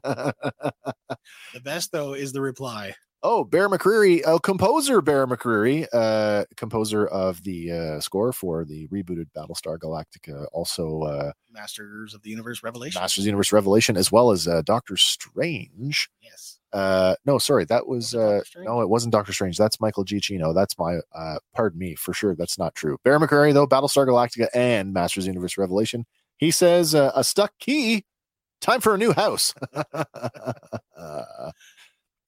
S2: The best though is the reply.
S3: Oh, Bear McCreary, oh, composer Bear McCreary, uh, composer of the uh, score for the rebooted Battlestar Galactica, also uh,
S2: Masters of the Universe Revelation.
S3: Masters of the Universe Revelation, as well as uh, Doctor Strange.
S2: yes.
S3: Uh, no, sorry, that
S2: Was
S3: was
S2: it
S3: uh,
S2: Doctor Strange?
S3: no, it wasn't Doctor Strange. That's Michael Giacchino. That's my, uh, pardon me, for sure, that's not true. Bear McCreary, though, Battlestar Galactica and Masters of the Universe Revelation. He says uh, a stuck key. Time for a new house. <laughs>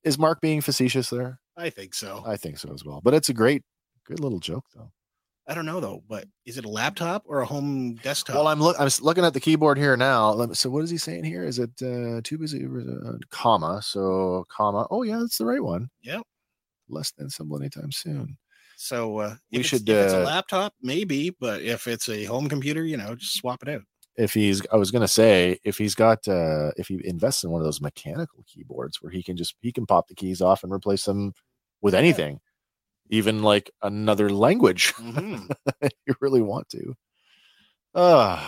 S3: is Mark being facetious there?
S2: I think so.
S3: I think so as well. But it's a great, good little joke though.
S2: I don't know though, but is it a laptop or a home desktop?
S3: Well, I'm look, I'm s- looking at the keyboard here now. Let me, so what is he saying here? Is it uh, too busy? Uh, comma. So comma. Oh yeah, that's the right one.
S2: Yep.
S3: Less than symbol anytime soon.
S2: so uh,
S3: We
S2: if it's-
S3: should,
S2: If it's
S3: uh,
S2: a laptop, maybe, but if it's a home computer, you know, just swap it out.
S3: If he's, I was gonna say, if he's got, uh, if he invests in one of those mechanical keyboards where he can just he can pop the keys off and replace them with anything, even like another language. Mm-hmm.
S2: Mhm.
S3: <laughs> you really want to. Uh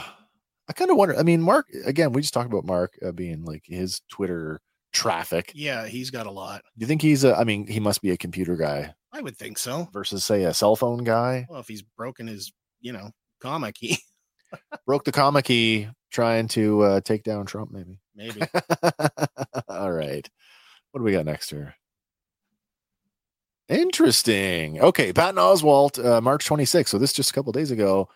S3: I kind of wonder. I mean, Mark. Again, we just talked about Mark uh, being like his Twitter traffic.
S2: <laughs> yeah, he's got a lot.
S3: Do you think he's a? I mean, he must be a computer guy
S2: I would think so.
S3: versus, say, a cell phone guy.
S2: Well, if he's broken his, you know, comic, he <laughs>
S3: Broke the comic key trying to uh, take down Trump, maybe. <laughs>
S2: maybe.
S3: All right. What do we got next here? Interesting. Okay, Patton Oswalt, uh, March 26th. So this just a couple days ago.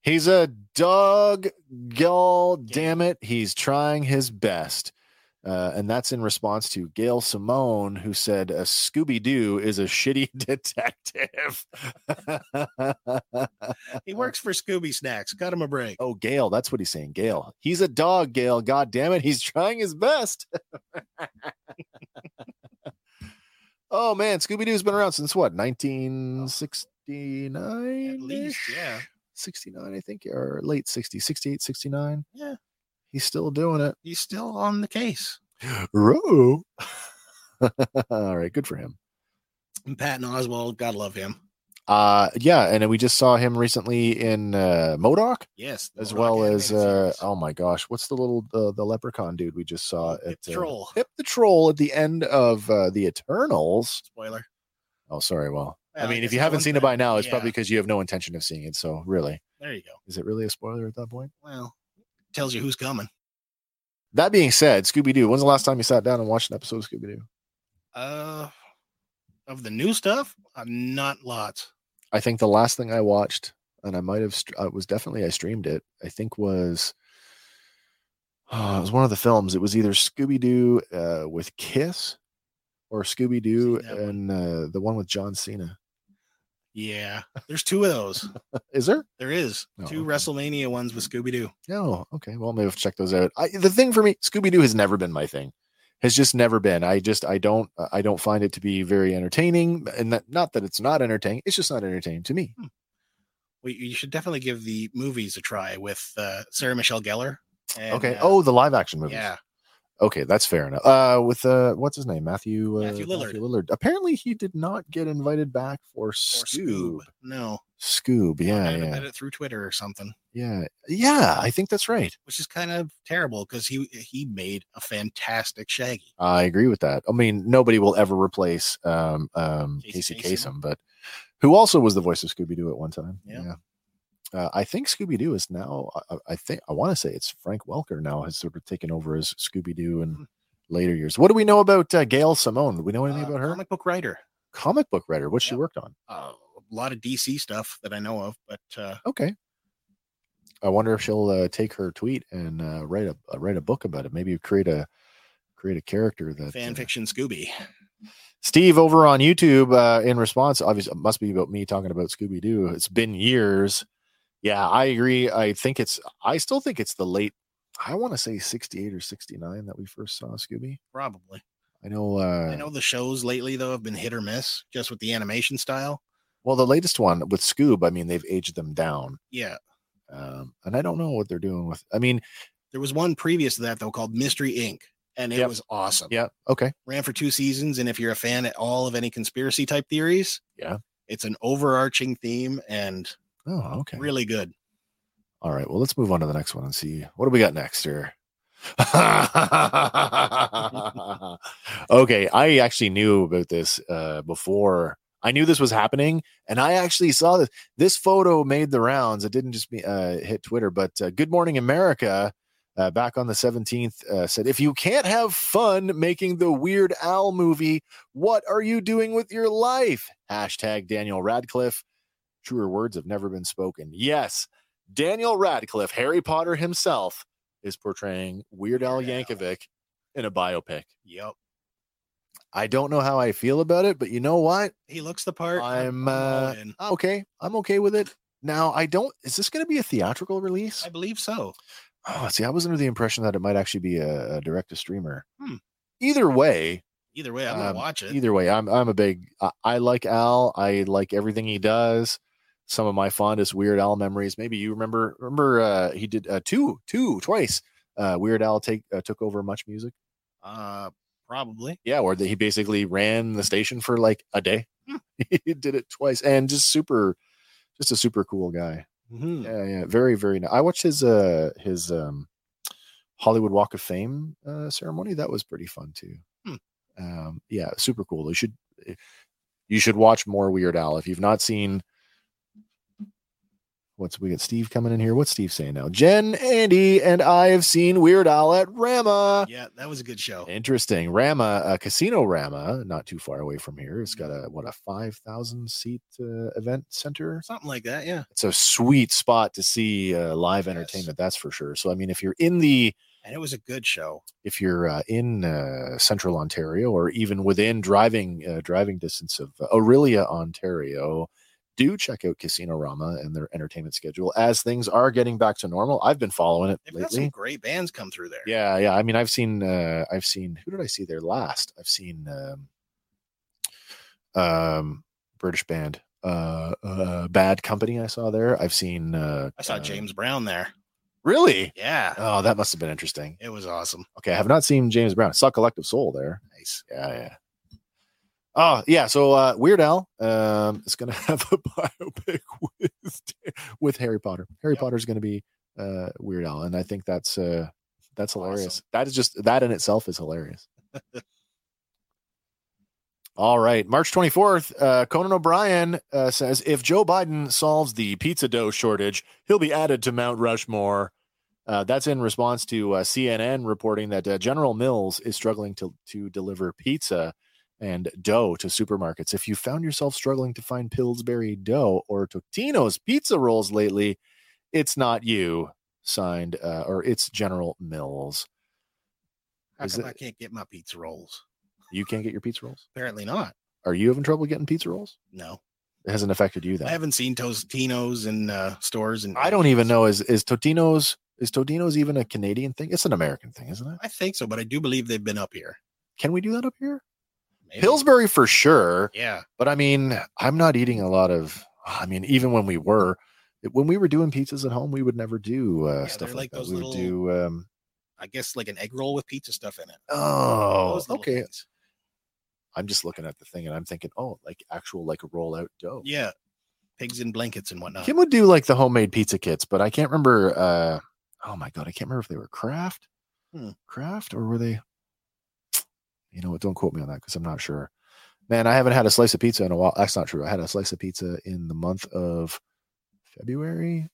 S3: He's a dog y'all. Damn it, he's trying his best. Uh, and that's in response to Gail Simone, who said uh, Scooby Doo is a shitty <laughs> detective. <laughs>
S2: he works for Scooby Snacks. Cut him a break.
S3: Oh, Gail, that's what he's saying. Gail, he's a dog. Gail, god damn it, he's <laughs> trying his best. <laughs> oh man, Scooby Doo's been around since
S2: Oh.
S3: what? Nineteen sixty
S2: At
S3: nine,
S2: least, yeah,
S3: sixty nine, I think, or late 60, 68, 69.
S2: Yeah.
S3: he's still doing it.
S2: he's still on the case.
S3: Row. <laughs> All right, good for him.
S2: And Patton Oswald, God love him.
S3: Uh, yeah, and then we just saw him recently in uh, Modoc.
S2: Yes, the
S3: as
S2: Rock
S3: well
S2: animated
S3: as uh
S2: series.
S3: oh my gosh what's the little uh, the, the leprechaun dude we just saw
S2: Hip
S3: at uh,
S2: Troll. <laughs>
S3: Hip the troll at the end of uh the eternals
S2: spoiler.
S3: oh sorry well i
S2: Well,
S3: mean if
S2: guess
S3: you
S2: no
S3: haven't
S2: one's
S3: seen
S2: gonna-
S3: it by now it's
S2: yeah,
S3: probably because you have no intention of seeing it so really
S2: there you go.
S3: is it really a spoiler at that point
S2: Well, tells you who's coming.
S3: that being said scooby-doo when's the last time you sat down and watched an episode of scooby-doo
S2: Uh, of the new stuff, uh, not lots.
S3: i think the last thing i watched and i might have str- uh, it was definitely i streamed it i think was <sighs> oh, it was one of the films it was either scooby-doo uh, with kiss or scooby-doo
S2: Seen that one.
S3: and uh, the one with john cena
S2: Yeah, there's two of those.
S3: Is there?
S2: There is
S3: <laughs> Oh,
S2: two
S3: okay.
S2: WrestleMania ones with Scooby Doo.
S3: No. Oh, Okay. Well, maybe I'll check those out. I, the thing for me, Scooby Doo has never been my thing. Has just never been. I just I don't uh, I don't find it to be very entertaining. And that, not that it's not entertaining. It's just not entertaining to me.
S2: Well, you should definitely give the movies a try with uh, Sarah Michelle Gellar. and,
S3: okay.
S2: uh,
S3: oh, the live action movies.
S2: yeah,
S3: Okay, that's fair enough. Uh, with uh, what's his name, Matthew uh,
S2: Matthew Lillard.
S3: Apparently, he did not get invited back for
S2: or
S3: Scoob.
S2: Scoob. No,
S3: Scoob. Yeah.
S2: I
S3: Yeah.
S2: did it through Twitter or something,
S3: Yeah. Yeah. I think that's right.
S2: which is kind of terrible because he he made a fantastic Shaggy.
S3: I agree with that. I mean, nobody will ever replace um, um, Casey,
S2: Casey
S3: Kasem, but who also was the voice of Scooby Doo at one time.
S2: Yeah.
S3: Uh, I think Scooby Doo is
S2: Hmm.
S3: now. I- I, I think I want to say it's Frank Welker now has sort of taken over as Scooby Doo and later years. What do we know about uh, Gail Simone? Do we know anything
S2: Uh,
S3: about her? Comic,
S2: Comic book writer.
S3: book writer. What she
S2: Yeah.
S3: worked on?
S2: Uh, a lot of DC stuff that I know of, but uh,
S3: Okay. I wonder if she'll uh, take her tweet and uh, write a uh, write a book about it. Maybe create a create a character that
S2: fan
S3: uh,
S2: fiction Scooby.
S3: Steve over on YouTube, uh, in response, obviously, it must be about me talking about Scooby Doo. It's been years. Yeah, I agree. I think it's, I still think it's the late, I want to say 68 or 69 that we first saw Scooby.
S2: Probably.
S3: I know, uh,
S2: I know the shows lately though have been hit or miss, just with the animation style.
S3: well, the latest one with Scoob, I mean, they've aged them down.
S2: Yeah,
S3: Um, and I don't know what they're doing with, I mean,
S2: there was one previous to that though called Mystery Inc. And it
S3: Yep.
S2: was awesome.
S3: yeah, okay.
S2: Ran for two seasons, and if you're a fan at all of any conspiracy type theories,
S3: Yeah.
S2: it's an overarching theme and
S3: Oh, okay.
S2: really good.
S3: All right. Well, let's move on to the next one and see what do we got
S2: <laughs>
S3: next here. <laughs> okay, I actually knew about this uh, before. I knew this was happening, and I actually saw this. This photo made the rounds. It didn't just be, uh, hit Twitter, but uh, Good Morning America, uh, back on the seventeenth, uh, said, "If you can't have fun making the Weird Al movie, what are you doing with your life?" Hashtag Daniel Radcliffe. Truer words have never been spoken. Yes, Daniel Radcliffe, Harry Potter himself, is portraying Weird Al
S2: Weird Al.
S3: Yankovic in a biopic.
S2: Yep.
S3: I don't know how I feel about it, but you know what?
S2: He looks the part.
S3: I'm
S2: all
S3: uh,
S2: in.
S3: okay. I'm okay with it. Now, I don't. Is this going to be a theatrical release?
S2: I believe so.
S3: Oh, see, I was under the impression that it might actually be a, a direct to streamer.
S2: Hmm.
S3: Either way,
S2: Either way, I'm gonna
S3: Um,
S2: watch it.
S3: either way, I'm I'm a big. I, I like Al. I like everything he does. Some of my fondest Weird Al memories. Maybe you remember. Remember, uh, he did uh, two, two, twice. Uh, Weird Al take uh, took over Much Music.
S2: Uh, probably.
S3: Yeah, or that he basically ran the station for like a day.
S2: Hmm.
S3: <laughs> he did it twice, and just super, just a super cool guy.
S2: Mhm.
S3: Yeah, yeah, very, very nice. I watched his uh his um Hollywood Walk of Fame uh, ceremony. That was pretty fun too.
S2: Hmm.
S3: Um, yeah, super cool. You should eh, you should watch more Weird Al if you've not seen. What's we got Steve coming in here? What's Steve saying now? Jen, Andy, and I have seen Weird Al at Rama.
S2: Yeah, that was a good show.
S3: Interesting. Rama, uh, Casino Rama, not too far away from here. It's got a what a five thousand seat uh, event center
S2: Something like that. Yeah.
S3: it's a sweet spot to see uh, live
S2: Yes.
S3: entertainment that's for sure so i mean if you're in the
S2: And it was a good show.
S3: if you're uh, in uh, central ontario or even within driving uh, driving distance of aurelia ontario do check out casino rama and their entertainment schedule as things are getting back to normal i've been following it
S2: They've got some
S3: lately
S2: great bands come through there.
S3: yeah yeah i mean i've seen uh, i've seen who did i see there last i've seen um, um british band uh, uh bad company i saw there i've seen uh
S2: I saw
S3: uh,
S2: James Brown there.
S3: Really?
S2: Yeah.
S3: Oh, that must have been interesting.
S2: It was awesome.
S3: Okay, I have not seen James Brown. I saw Collective Soul there. Nice. Yeah, yeah. Oh, yeah. So uh Weird Al um is gonna <laughs> have a biopic with <laughs> with Harry Potter. Harry
S2: Yep.
S3: Potter's gonna be uh Weird Al, and I think that's uh that's hilarious.
S2: Awesome.
S3: That is just that in itself is hilarious. All right, March 24th, uh, Conan O'Brien uh, says if Joe Biden solves the pizza dough shortage, he'll be added to Mount Rushmore. Uh, that's in response to uh, CNN reporting that uh, General Mills is struggling to to deliver pizza and dough to supermarkets. If you found yourself struggling to find Pillsbury dough or Totino's pizza rolls lately, it's not you. Signed, uh, or it's General Mills.
S2: How
S3: Is
S2: come I
S3: it-
S2: can't get my pizza rolls?
S3: You can't get your pizza rolls.
S2: Apparently not.
S3: Are you having trouble getting pizza rolls?
S2: No.
S3: It hasn't affected you then.
S2: I haven't seen Tostinos in uh, stores and
S3: I don't even know. Is is Totino's is Totino's even a Canadian thing? It's an American thing, isn't it?
S2: I think so, but I do believe they've been up here.
S3: Can we do that up here?
S2: Maybe.
S3: Pillsbury for sure.
S2: Yeah.
S3: But I mean, I'm not eating a lot of. I mean, even when we were, when we were doing pizzas at home, we would never do uh,
S2: Yeah,
S3: stuff
S2: they're
S3: like,
S2: like
S3: that.
S2: those
S3: We would
S2: little-
S3: do. Um,
S2: I guess like an egg roll with pizza stuff in it.
S3: oh,
S2: Those little
S3: okay.
S2: things.
S3: I'm just looking at the thing and I'm thinking, oh, like actual like roll out dough.
S2: Yeah. Pigs in blankets and whatnot.
S3: Kim would do like the homemade pizza kits, but I can't remember. Uh, oh my god, I can't remember if they were craft,
S2: Hmm.
S3: craft, or were they? You know what? Don't quote me on that because I'm not sure. Man, I haven't had a slice of pizza in a while. That's not true. I had a slice of pizza in the month of February.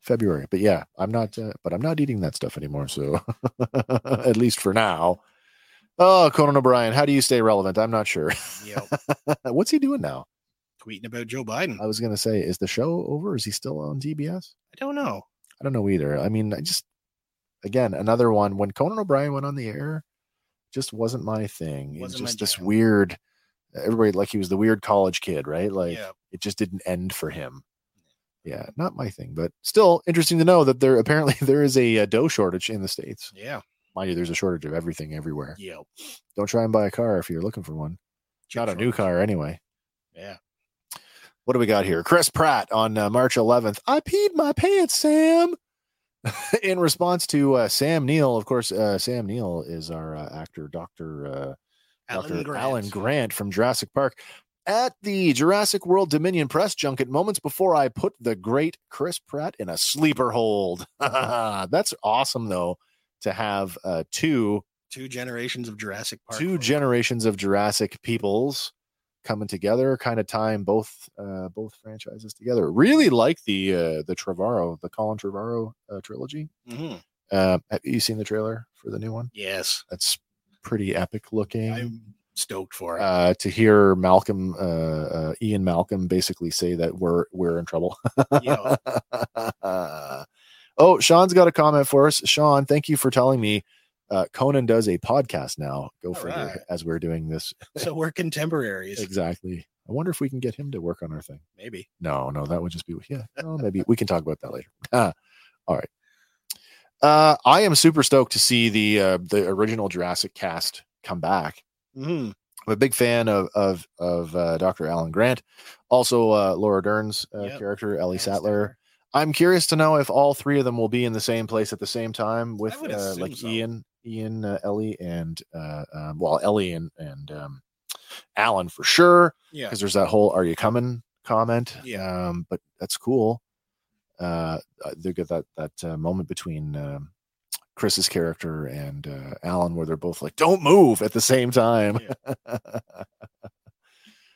S3: February, but <laughs> yeah, I'm not. Uh, but I'm not eating that stuff anymore. So, at least for now. Oh, Conan O'Brien, how do you stay relevant? I'm not sure. <laughs>
S2: You know,
S3: What's he doing now?
S2: tweeting about Joe Biden.
S3: I was gonna say, is the show over? Is he still on TBS?
S2: I don't know.
S3: I don't know either. I mean, I just again another one when Conan O'Brien went on the air, just wasn't my thing. It was
S2: Wasn't my
S3: just this
S2: jam.
S3: weird. Everybody like he was the weird college kid, right? Like
S2: yeah,
S3: it just didn't end for him. Yeah, not my thing, but still interesting to know that there apparently <laughs> there is a, uh dough shortage in the states.
S2: yeah,
S3: Mind you, there's a shortage of everything everywhere.
S2: yeah.
S3: Don't try and buy a car if you're looking for one. Not a new car anyway.
S2: Yeah.
S3: What do we got here? Chris Pratt on uh, March 11th. I peed my pants, Sam. <laughs> In response to uh, Sam Neill, of course, uh, Sam Neill is our uh, actor, Doctor uh,
S2: Alan
S3: Dr.
S2: Grant.
S3: Alan Grant from Jurassic Park. At the Jurassic World Dominion press junket, moments before I put the great Chris Pratt in a sleeper hold. <laughs> That's awesome, though, to have uh, two
S2: Two generations of Jurassic Park.
S3: two
S2: folks.
S3: generations of Jurassic peoples coming together, kind of tying both uh, both franchises together. Really like the uh, the Trevorrow, the Colin Trevorrow uh, trilogy.
S2: Mhm.
S3: Uh, have you seen the trailer for the new one?
S2: Yes,
S3: That's pretty epic looking
S2: I'm stoked for it.
S3: uh, to hear Malcolm, uh, uh, Ian Malcolm, basically say that we're we're in trouble.
S2: Yeah.
S3: <laughs> oh, Sean's got a comment for us. Sean, thank you for telling me. Uh, Conan does a podcast now. Go
S2: All
S3: further
S2: right.
S3: as we're doing this.
S2: so we're contemporaries,
S3: Exactly. I wonder if we can get him to work on our thing.
S2: maybe.
S3: No, no, that would just be yeah. No, maybe we can talk about that later. <laughs> Ah, all right. Uh, I am super stoked to see the uh, the original Jurassic cast come back.
S2: Mhm.
S3: I'm a big fan of of of uh, Dr. Alan Grant, also uh, Laura Dern's uh,
S2: Yep.
S3: character Ellie
S2: Alan
S3: Sattler. I'm curious to know if all three of them will be in the same place at the same time with
S2: would
S3: uh,
S2: assume
S3: like
S2: so.
S3: Ian, Ian, uh, Ellie, and uh, um, well, Ellie and and um, Alan for sure <laughs>
S2: Yeah,
S3: because there's that whole "Are you coming?" comment.
S2: Yeah.
S3: um, but that's cool. Uh, uh, they got that that uh, moment between um, Chris's character and uh, Alan where they're both like, "Don't move" at the same time.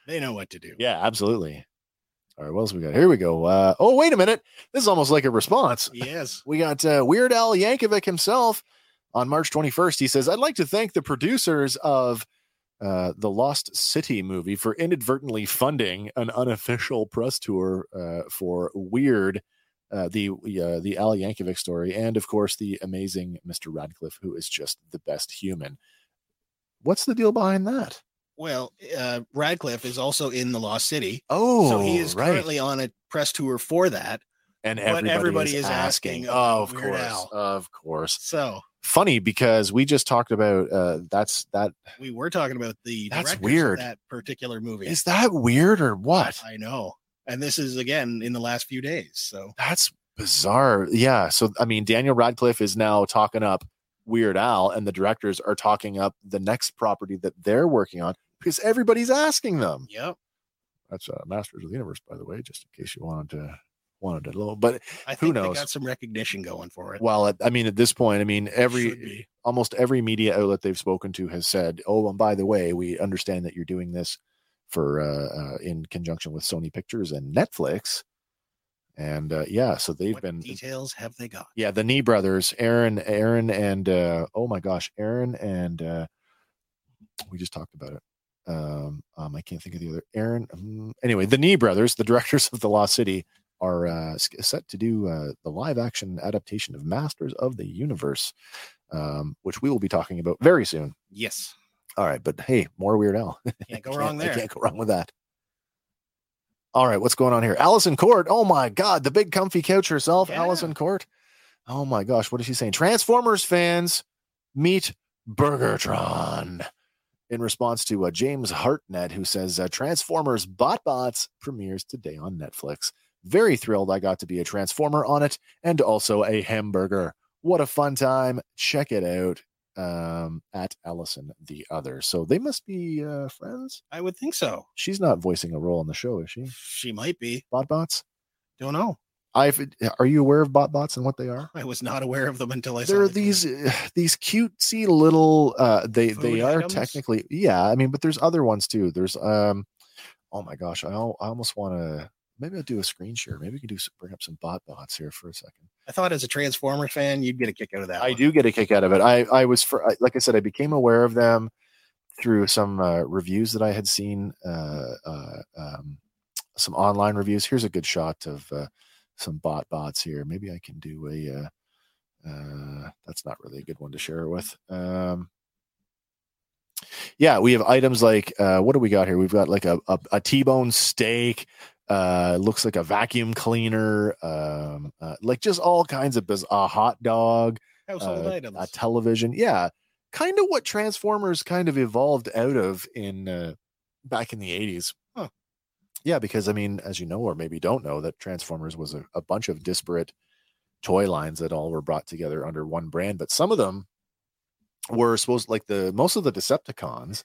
S2: they know what to do.
S3: <laughs> Yeah, absolutely. All right, what else we got? Here we go. Uh, oh, wait a minute. This is almost like a response.
S2: Yes.
S3: We got uh, Weird Al Yankovic himself on March 21st. He says, I'd like to thank the producers of uh, the Lost City movie for inadvertently funding an unofficial press tour uh, for Weird. Uh, the uh, the Al Yankovic story, and of course the amazing Mr. Radcliffe, who is just the best human. What's the deal behind that?
S2: Well, uh, Radcliffe is also in the Lost City,
S3: Oh,
S2: so he is currently on a press tour for that.
S3: and
S2: But
S3: everybody,
S2: everybody is
S3: is, asking.
S2: asking
S3: Oh,
S2: about
S3: of
S2: Weird
S3: course,
S2: Al.
S3: of course.
S2: So
S3: Funny because we just talked about uh that's that
S2: we were talking about the
S3: That's
S2: directors of
S3: weird.
S2: that particular movie.
S3: is that weird or what?
S2: I know, and this is again in the last few days. So
S3: That's bizarre. Yeah. So I mean, Daniel Radcliffe is now talking up Weird Al, and the directors are talking up the next property that they're working on because everybody's asking them.
S2: yep,
S3: That's uh, Masters of the Universe, by the way, just in case you wanted to wanted to know. But
S2: I
S3: Who
S2: think they
S3: knows?
S2: got some recognition going for it.
S3: while at, I mean, at this point, I mean,
S2: Should
S3: every
S2: be.
S3: almost every media outlet they've spoken to has said, "Oh, and by the way, we understand that you're doing this for uh, uh, in conjunction with Sony Pictures and Netflix." And uh, yeah, so they've
S2: What
S3: been
S2: details have they got?
S3: yeah the Knee brothers, Aaron, Aaron, and uh, oh my gosh, Aaron and uh, we just talked about it. Um, um, I can't think of the other Aaron. mm, anyway, the Knee brothers, the <laughs> directors of the Lost City, are uh, s- set to do uh, the live action adaptation of Masters of the Universe, um, which we will be talking about very soon.
S2: Yes,
S3: All right, but hey, more Weird Al. <laughs>
S2: can't go
S3: Can't-
S2: wrong
S3: <laughs> I
S2: there.
S3: can't go wrong with that. All right, what's going on here? Allison Court. Oh my God, the big comfy couch herself,
S2: Yeah.
S3: Allison Court. Oh my gosh, what is she saying? Transformers fans meet Burgertron. In response to uh, James Hartnett, who says uh, Transformers BotBots premieres today on Netflix. Very thrilled I got to be a Transformer on it and also a hamburger. What a fun time! Check it out um, at Allison the other. So they must be uh, friends
S2: I would think so.
S3: she's not voicing a role in the show, is she?
S2: She might be.
S3: Botbots.
S2: Don't know.
S3: I've. Are you aware of Botbots and what they are?
S2: I was not aware of them until I saw
S3: They're
S2: the tweet.
S3: these <sighs> uh, these cutesy little. Uh, they they
S2: Food
S3: are
S2: items?
S3: technically yeah. I mean, but there's other ones too. There's um. Oh my gosh, I, al- I almost want to. Maybe I'll do a screen share. Maybe we can do some, bring up some Botbots here for a second.
S2: I thought as a Transformer fan, you'd get a kick out of that.
S3: I
S2: one.
S3: do get a kick out of it. I I was for, I- like I said, I became aware of them through some uh, reviews that I had seen, uh, uh, um, some online reviews. Here's a good shot of uh, some bot bots here. Maybe I can do a. Uh, uh, that's not really a good one to share it with. Um, yeah, we have items like uh, what do we got here? We've got like a a, a T-bone steak. Uh, looks like a vacuum cleaner. Um, uh, like just all kinds of biz- a hot dog
S2: Household
S3: uh,
S2: items.
S3: a television. Yeah, kind of what Transformers kind of evolved out of in uh, back in the eighties.
S2: Huh.
S3: Yeah, because I mean, as you know, or maybe don't know, that Transformers was a, a bunch of disparate toy lines that all were brought together under one brand. But some of them were supposed like the most of the Decepticons.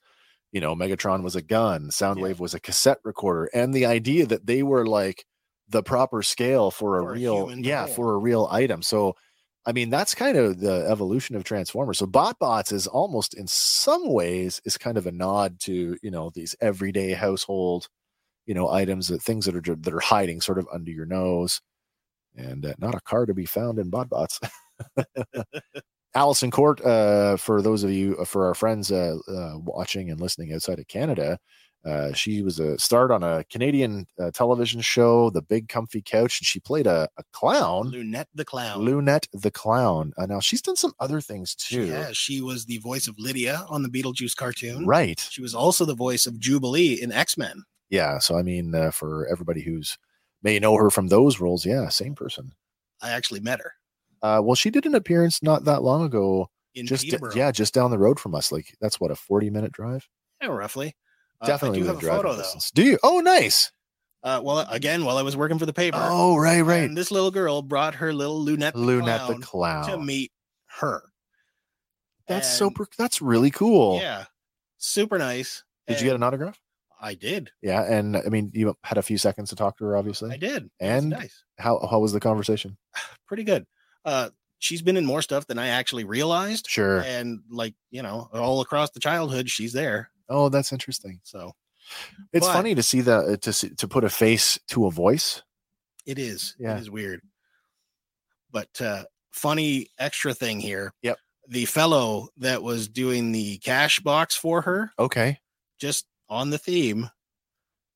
S3: You know, Megatron was a gun, Soundwave was a cassette recorder, and the idea that they were like the proper scale for a
S2: For a
S3: real,
S2: human
S3: yeah,
S2: toy.
S3: for a real item. So I mean, that's kind of the evolution of Transformers. So BotBots is almost in some ways is kind of a nod to, you know, these everyday household, you know, items that things that are that are hiding sort of under your nose and uh, not a car to be found in BotBots. <laughs> Allison Court, uh, for those of you, for our friends uh, uh, watching and listening outside of Canada, uh, she was a starred on a Canadian uh, television show, The Big Comfy Couch, and she played a, a clown.
S2: Lunette the Clown.
S3: Lunette the Clown. Uh, now she's done some other things too.
S2: She has. She was the voice of Lydia on the Beetlejuice cartoon.
S3: Right.
S2: She was also the voice of Jubilee in X Men.
S3: Yeah. So I mean, uh, for everybody who's may know her from those roles, yeah, same person.
S2: I actually met her
S3: Uh, well, she did an appearance not that long ago,
S2: in
S3: just
S2: Peterborough.
S3: yeah, just down the road from us. Like that's what a forty-minute drive.
S2: Yeah, roughly. Uh, I do
S3: Definitely within
S2: have a
S3: driving
S2: photo though.
S3: distance. Do you? Oh, nice.
S2: Uh, well, again, while I was working for the paper.
S3: Oh, right, right.
S2: And this little girl brought her little lunette, the
S3: Lunette the
S2: clown
S3: Clown.
S2: to meet her.
S3: that's
S2: And-
S3: super. That's really cool.
S2: Yeah, super nice.
S3: Did you get
S2: And
S3: an autograph?
S2: I did.
S3: Yeah, and I mean, you had a few seconds to talk to her, obviously.
S2: I did. It was
S3: And-
S2: nice,
S3: How how was the conversation?
S2: pretty good. Uh, she's been in more stuff than I actually realized,
S3: Sure.
S2: and like you know, all across the childhood, she's there.
S3: Oh, that's interesting.
S2: So
S3: It's
S2: But-
S3: funny to see the to see, to put a face to a voice.
S2: It is.
S3: Yeah.
S2: It is weird. But uh funny extra thing here.
S3: Yep.
S2: The fellow that was doing the cash box for her,
S3: Okay.
S2: just on the theme,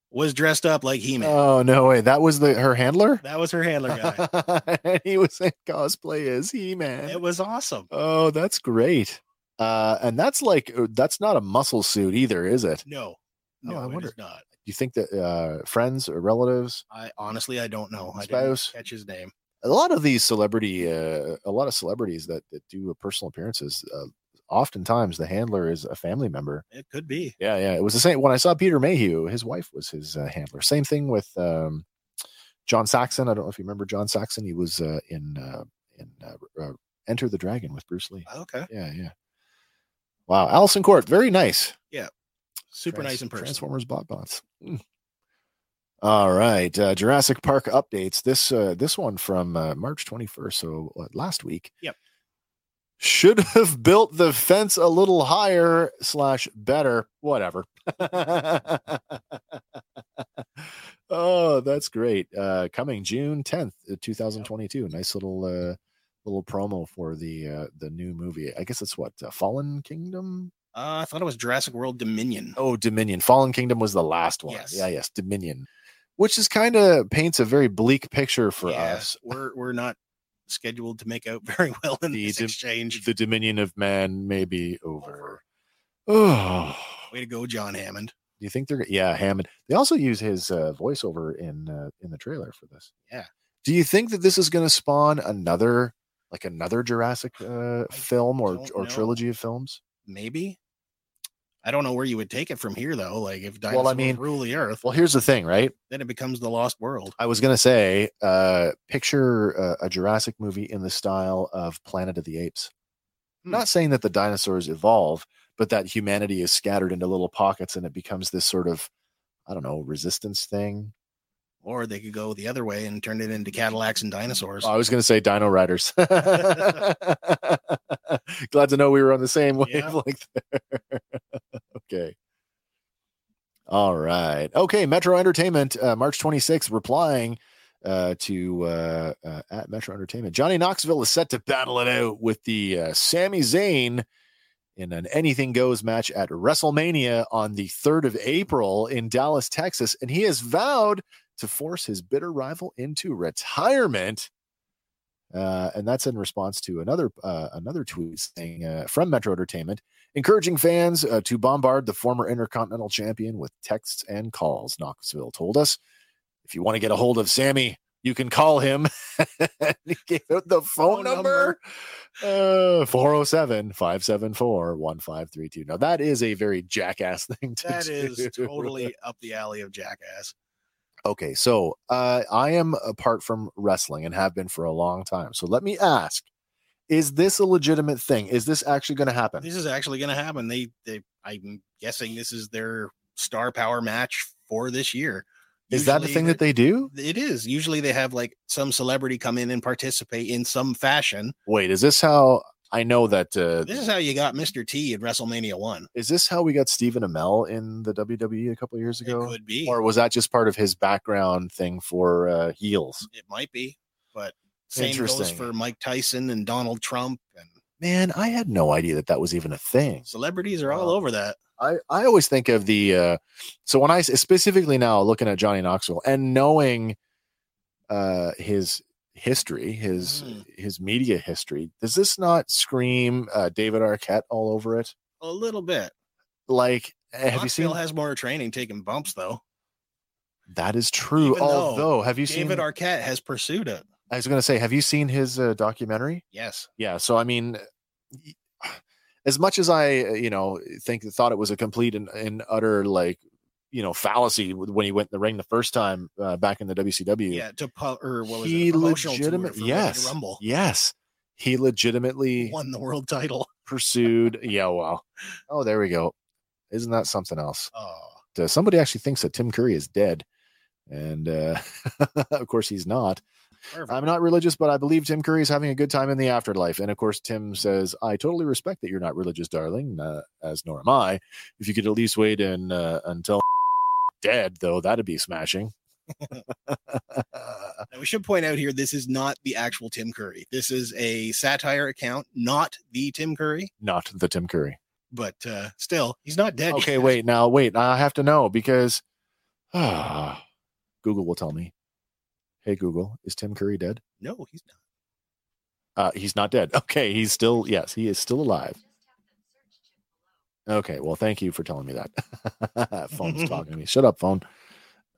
S2: was dressed up like He Man.
S3: Oh no way! That was the her handler.
S2: that was her handler
S3: <laughs>
S2: guy.
S3: and he was in cosplay as He
S2: it
S3: Man.
S2: was awesome.
S3: Oh, that's great. Uh, and that's like uh, that's not a muscle suit either, is it?
S2: No.
S3: Oh,
S2: No, I
S3: I wonder.
S2: wonder. not.
S3: You think that uh, friends or relatives?
S2: I honestly I don't know. I
S3: Spouse.
S2: didn't catch his name.
S3: A lot of these celebrity, uh, a lot of celebrities that, that do personal appearances, uh, oftentimes the handler is a family member.
S2: It could be.
S3: Yeah, yeah. It was the same when I saw Peter Mayhew. His wife was his uh, handler. Same thing with um, John Saxon. I don't know if you remember John Saxon. He was uh, in uh, in uh, uh, Enter the Dragon with Bruce Lee.
S2: Okay.
S3: Yeah, yeah. Wow, Allison Court, very nice.
S2: Super
S3: Trans-
S2: nice in person.
S3: Transformers bot bots. Mm. All right, uh, Jurassic Park updates. This uh, this one from uh, March 21st, so uh, last week.
S2: Yep.
S3: Should <laughs> have built the fence a little higher slash better. Whatever. <laughs> oh, that's great. Uh, coming June 10th, uh, 2022. Nice little uh, little promo for the uh, the new movie. I guess it's what uh, Fallen Kingdom
S2: Uh, I thought it was Jurassic World Dominion.
S3: Oh, Dominion. Fallen Kingdom was the last one.
S2: Yes.
S3: Yeah, yes, Dominion. Which is kind of paints a very bleak picture for
S2: Yeah,
S3: us.
S2: We're we're not scheduled to make out <laughs> very well in
S3: The
S2: this
S3: Dom-
S2: exchange.
S3: The dominion of man may be over. <sighs> Oh,
S2: Way to go, John Hammond.
S3: do you think they're? Yeah, Hammond. They also use his uh, voiceover in uh, in the trailer for this.
S2: Yeah.
S3: Do you think that this is going to spawn another like another Jurassic uh,
S2: I
S3: film or
S2: don't
S3: or
S2: know.
S3: trilogy of films?
S2: maybe. I don't know where you would take it from here though. Like if dinosaurs
S3: Well, I mean-
S2: rule the earth,
S3: Well, here's the thing, right?
S2: then it becomes the lost world.
S3: I was gonna say, uh, picture uh, a Jurassic movie in the style of Planet of the Apes.
S2: Hmm.
S3: Not saying that the dinosaurs evolve, but that humanity is scattered into little pockets, and it becomes this sort of, I don't know, resistance thing.
S2: Or they could go the other way and turn it into Cadillacs and dinosaurs.
S3: <laughs> I was gonna say Dino Riders. <laughs> Glad to know we were on the same
S2: Yeah.
S3: wavelength. There. <laughs> okay. All right. Okay. Metro Entertainment, uh, March 26th, replying uh, to uh, uh, at Metro Entertainment. Johnny Knoxville is set to battle it out with the uh, Sami Zayn in an Anything Goes match at WrestleMania on the 3rd of April in Dallas, Texas. And he has vowed to force his bitter rival into retirement. Uh, and that's in response to another uh, another tweet saying uh, from Metro Entertainment, encouraging fans uh, to bombard the former Intercontinental Champion with texts and calls. Knoxville told us, if you want to get a hold of Sammy, you can call him. <laughs> he gave out the phone,
S2: Phone
S3: number, Uh, 407-574-1532. Now that is a very jackass <laughs> thing to
S2: That
S3: do. <laughs>
S2: is totally up the alley of Jackass.
S3: Okay, so uh, I am apart from wrestling and have been for a long time. So let me ask: Is this a legitimate thing? Is this actually going to happen?
S2: This is actually going to happen. They, they, I'm guessing this is their star power match for this year.
S3: Is that the
S2: Usually
S3: thing
S2: they're-
S3: that they do?
S2: It is. Usually they have like some celebrity come in and participate in some fashion.
S3: Wait, is this how I know that? Uh,
S2: This is how you got Mr. T in WrestleMania 1.
S3: is this how we got Stephen Amell in the WWE a couple of years
S2: It
S3: ago,
S2: could be.
S3: or was that just part of his background thing for uh, heels?
S2: it might be, but same goes
S3: Interesting.
S2: for Mike Tyson and Donald Trump and
S3: Man, I had no idea that that was even a thing.
S2: celebrities are all
S3: Wow.
S2: over that.
S3: I, I always think of the uh, so when I s- specifically now looking at Johnny Knoxville and knowing uh, his history, his
S2: Mm.
S3: his media history, does this not scream uh, David Arquette all over it?
S2: A little bit.
S3: Like, eh, have you
S2: Knoxville
S3: seen?
S2: has more training taking bumps though.
S3: that is true.
S2: Even though
S3: Although, have you
S2: David
S3: seen?
S2: Arquette has pursued it.
S3: I was going to say, have you seen his uh, documentary?
S2: Yes.
S3: yeah so i mean <sighs> as much as i uh, you know think thought it was a complete and, and utter like you know fallacy when he went in the ring the first time uh, back in the wcw
S2: Yeah. To pu- or what was
S3: He
S2: it? Promotional tour
S3: legitimate-
S2: for Royal
S3: yes.
S2: Rumble
S3: yes he legitimately
S2: won the world title. <laughs>
S3: pursued yeah well oh there we go isn't that something else
S2: Oh,
S3: uh, somebody actually thinks that tim curry is dead and uh, <laughs> of course he's not
S2: perfect.
S3: I'm not religious, but I believe Tim Curry is having a good time in the afterlife. And of course, Tim says, I totally respect that you're not religious, darling, uh, as nor am I. If you could at least wait and, uh, until <laughs> dead, though, that'd be smashing. <laughs>
S2: Now, we should point out here this is not the actual Tim Curry. This is a satire account, not the Tim Curry,
S3: not the Tim Curry.
S2: but uh, still, he's not dead.
S3: Okay,
S2: yet.
S3: wait, now, wait. I have to know because <sighs> ah, Google will tell me. Hey, Google, is Tim Curry dead?
S2: No, he's not.
S3: Uh, he's not dead. <laughs> Okay, he's still yes, he is still alive. Okay, well, thank you for telling me
S2: <laughs>
S3: that. <laughs> Phone's talking to me. Shut up, phone.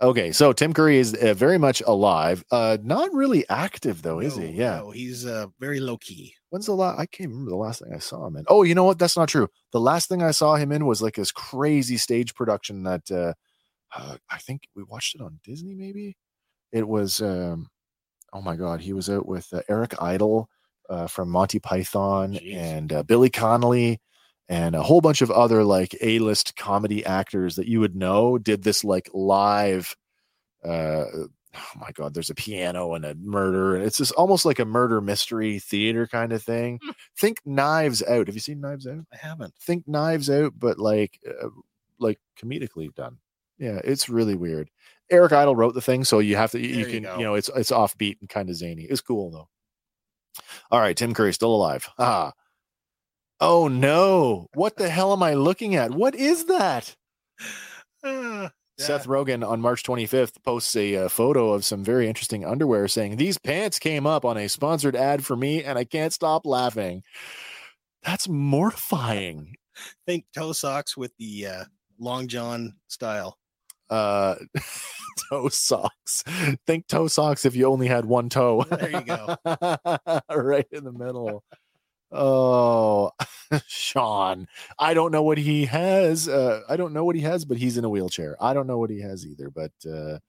S3: Okay, so Tim Curry is uh, very much alive. Uh, not really active though, Oh, is he?
S2: No,
S3: Yeah.
S2: no, he's uh, very low key.
S3: When's the last? I can't remember the last thing I saw him in. Oh, you know what? That's not true. The last thing I saw him in was like this crazy stage production that uh, uh I think we watched it on Disney. Maybe it was. um Oh my God, he was out with uh, Eric Idle uh, from Monty Python
S2: Jeez.
S3: and uh, Billy Connolly and a whole bunch of other like A-list comedy actors that you would know did this like live. Uh, oh my god there's a piano and a murder and it's just almost like a murder mystery theater kind of thing think knives out have you seen knives out
S2: I haven't. <sighs>
S3: think knives out but like uh, like comedically done yeah it's really weird eric idle wrote the thing so you have to you,
S2: There you
S3: can you,
S2: go.
S3: know it's it's offbeat and kind of zany it's cool though all right tim curry still alive <laughs> ah oh no what the hell am i looking at what is that
S2: Ah, yeah.
S3: Seth Rogen on March 25th posts a uh, photo of some very interesting underwear saying, These pants came up on a sponsored ad for me and I can't stop laughing. That's mortifying.
S2: think toe socks with the uh, long john style.
S3: Uh, <laughs> toe socks. Think toe socks if you only had one toe.
S2: There you go.
S3: <laughs> right in the middle. Oh, <laughs> Sean. I don't know what he has. Uh, I don't know what he has, but he's in a wheelchair. I don't know what he has either, but uh,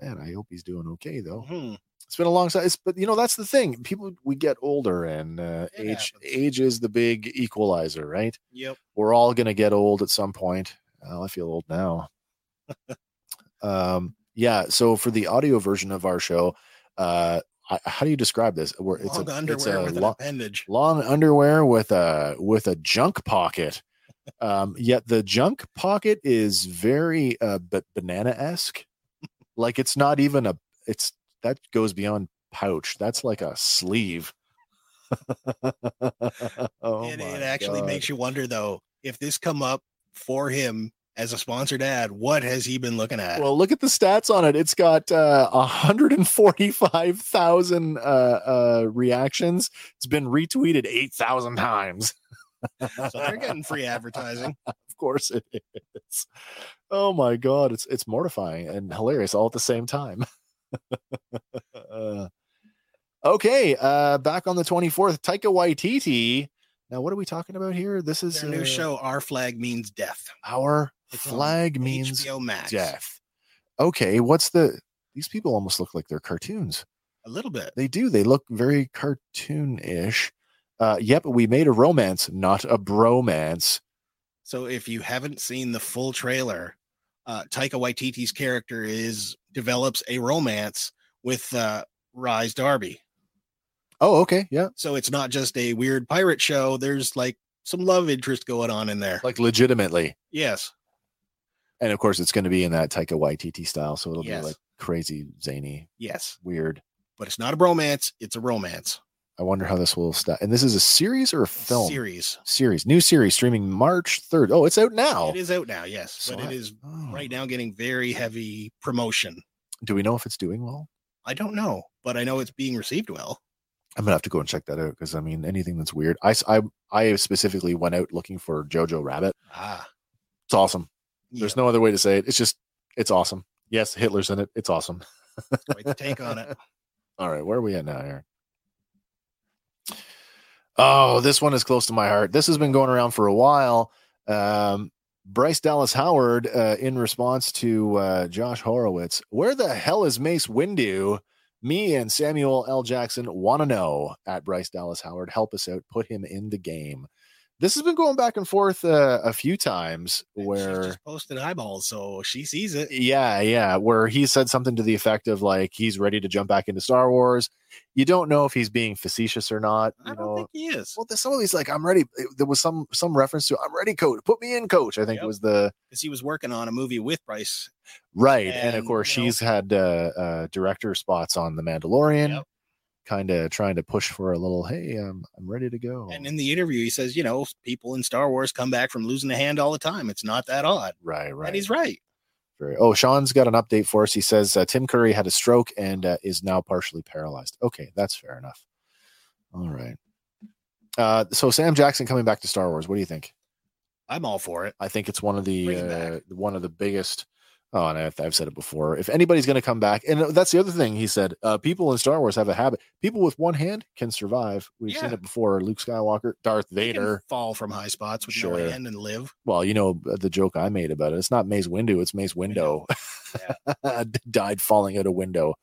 S3: man, I hope he's doing okay though.
S2: Mhm.
S3: it's been a long time. It's, but you know that's the thing. People we get older, and uh,
S2: It
S3: age
S2: happens.
S3: age is the big equalizer, right?
S2: Yep.
S3: We're all gonna get old at some point. Oh, I feel old
S2: <laughs>
S3: now. um, yeah. So for the audio version of our show, uh, I, how do you describe this? Where it's
S2: long
S3: a,
S2: underwear
S3: it's a
S2: with
S3: lo-
S2: <laughs> an appendage.
S3: long underwear with a with a junk pocket. Um, yet the junk pocket is very uh, b- banana esque. Like it's not even a. It's that goes beyond pouch. That's like a sleeve. <laughs> oh
S2: it,
S3: my
S2: it actually
S3: God.
S2: makes you wonder though if this come up for him as a sponsored ad, what has he been looking at?
S3: Well, look at the stats on it. It's got uh, 145,000 uh, uh, reactions. It's been retweeted 8,000 times. <laughs>
S2: so they're getting free advertising.
S3: Of course it is. Oh my god, it's it's mortifying and hilarious all at the same time. <laughs> Uh, okay, uh, back on the 24th, Taika Waititi. Now, what are we talking about here? This is
S2: Their new
S3: uh,
S2: show, Our Flag Means Death.
S3: Our
S2: It's on
S3: flag means
S2: HBO Max.
S3: death. Okay, what's the? These people almost look like they're cartoons.
S2: A little bit.
S3: They do. They look very cartoonish. Uh, yep, we made a romance, not a bromance.
S2: So if you haven't seen the full trailer, uh, Taika Waititi's character is develops a romance with uh, Rise Darby.
S3: Oh, okay, yeah,
S2: So it's not just a weird pirate show. There's like some love interest going on in there.
S3: like legitimately.
S2: yes.
S3: And of course, it's going to be in that Taika Waititi style, so it'll
S2: Yes.
S3: be like crazy, zany,
S2: Yes.
S3: weird.
S2: But it's not a bromance. It's a romance
S3: I wonder how this will stop. And this is a series or a film
S2: series.
S3: series, new series streaming March third. Oh, it's out now.
S2: It is out now. Yes.
S3: So
S2: but
S3: I-
S2: it is
S3: Oh.
S2: right now getting very heavy promotion.
S3: Do we know if it's doing well?
S2: I don't know, but I know it's being received well.
S3: I'm gonna have to go and check that out because I mean, anything that's weird. I, s- I I specifically went out looking for Jojo Rabbit.
S2: Ah.
S3: It's awesome.
S2: yeah.
S3: There's no other way to say it. It's just it's awesome. Yes, Hitler's in it. It's awesome.
S2: Wait to take
S3: <laughs>
S2: on it.
S3: All right, where are we at now, Aaron? Oh, this one is close to my heart. This has been going around for a while. Um, Bryce Dallas Howard, uh, in response to uh, Josh Horowitz, where the hell is Mace Windu? Me and Samuel L. Jackson want to know at Bryce Dallas Howard. Help us out. Put him in the game. This has been going back and forth uh, a few times
S2: And
S3: where
S2: she's just posted eyeballs, so she sees it.
S3: yeah yeah where he said something to the effect of like he's ready to jump back into star wars you don't know if he's being facetious or not
S2: I
S3: you
S2: don't
S3: know
S2: think he is.
S3: well there's some of these like i'm ready eh, there was some some reference to i'm ready coach put me in coach i think
S2: Yep.
S3: was the
S2: because he was working on a movie with Bryce.
S3: right and, of
S2: And,
S3: course
S2: you know-
S3: she's had uh, uh director spots on the mandalorian
S2: Yep.
S3: kind of trying to push for a little hey i'm, I'm ready to go
S2: And in the interview, he says, you know, people in Star Wars come back from losing a hand all the time. It's not that odd.
S3: right right
S2: And he's right.
S3: Very- oh sean's got an update for us he says uh, tim curry had a stroke and uh, is now partially paralyzed okay that's fair enough all right uh, so sam jackson coming back to star wars what do you think
S2: I'm all for it.
S3: i think it's one of the
S2: Bring him
S3: uh,
S2: back.
S3: one of the biggest oh and I've, I've said it before if anybody's going to come back and that's the other thing he said uh, people in star wars have a habit people with one hand can survive we've seen
S2: Yeah.
S3: it before luke skywalker darth
S2: He can
S3: vader
S2: fall from high spots with
S3: Sure.
S2: no hand and live.
S3: well, you know uh, the joke I made about it. It's not Maze Window. It's Maze <laughs> Window. uh, Died falling out a
S2: <laughs>
S3: window.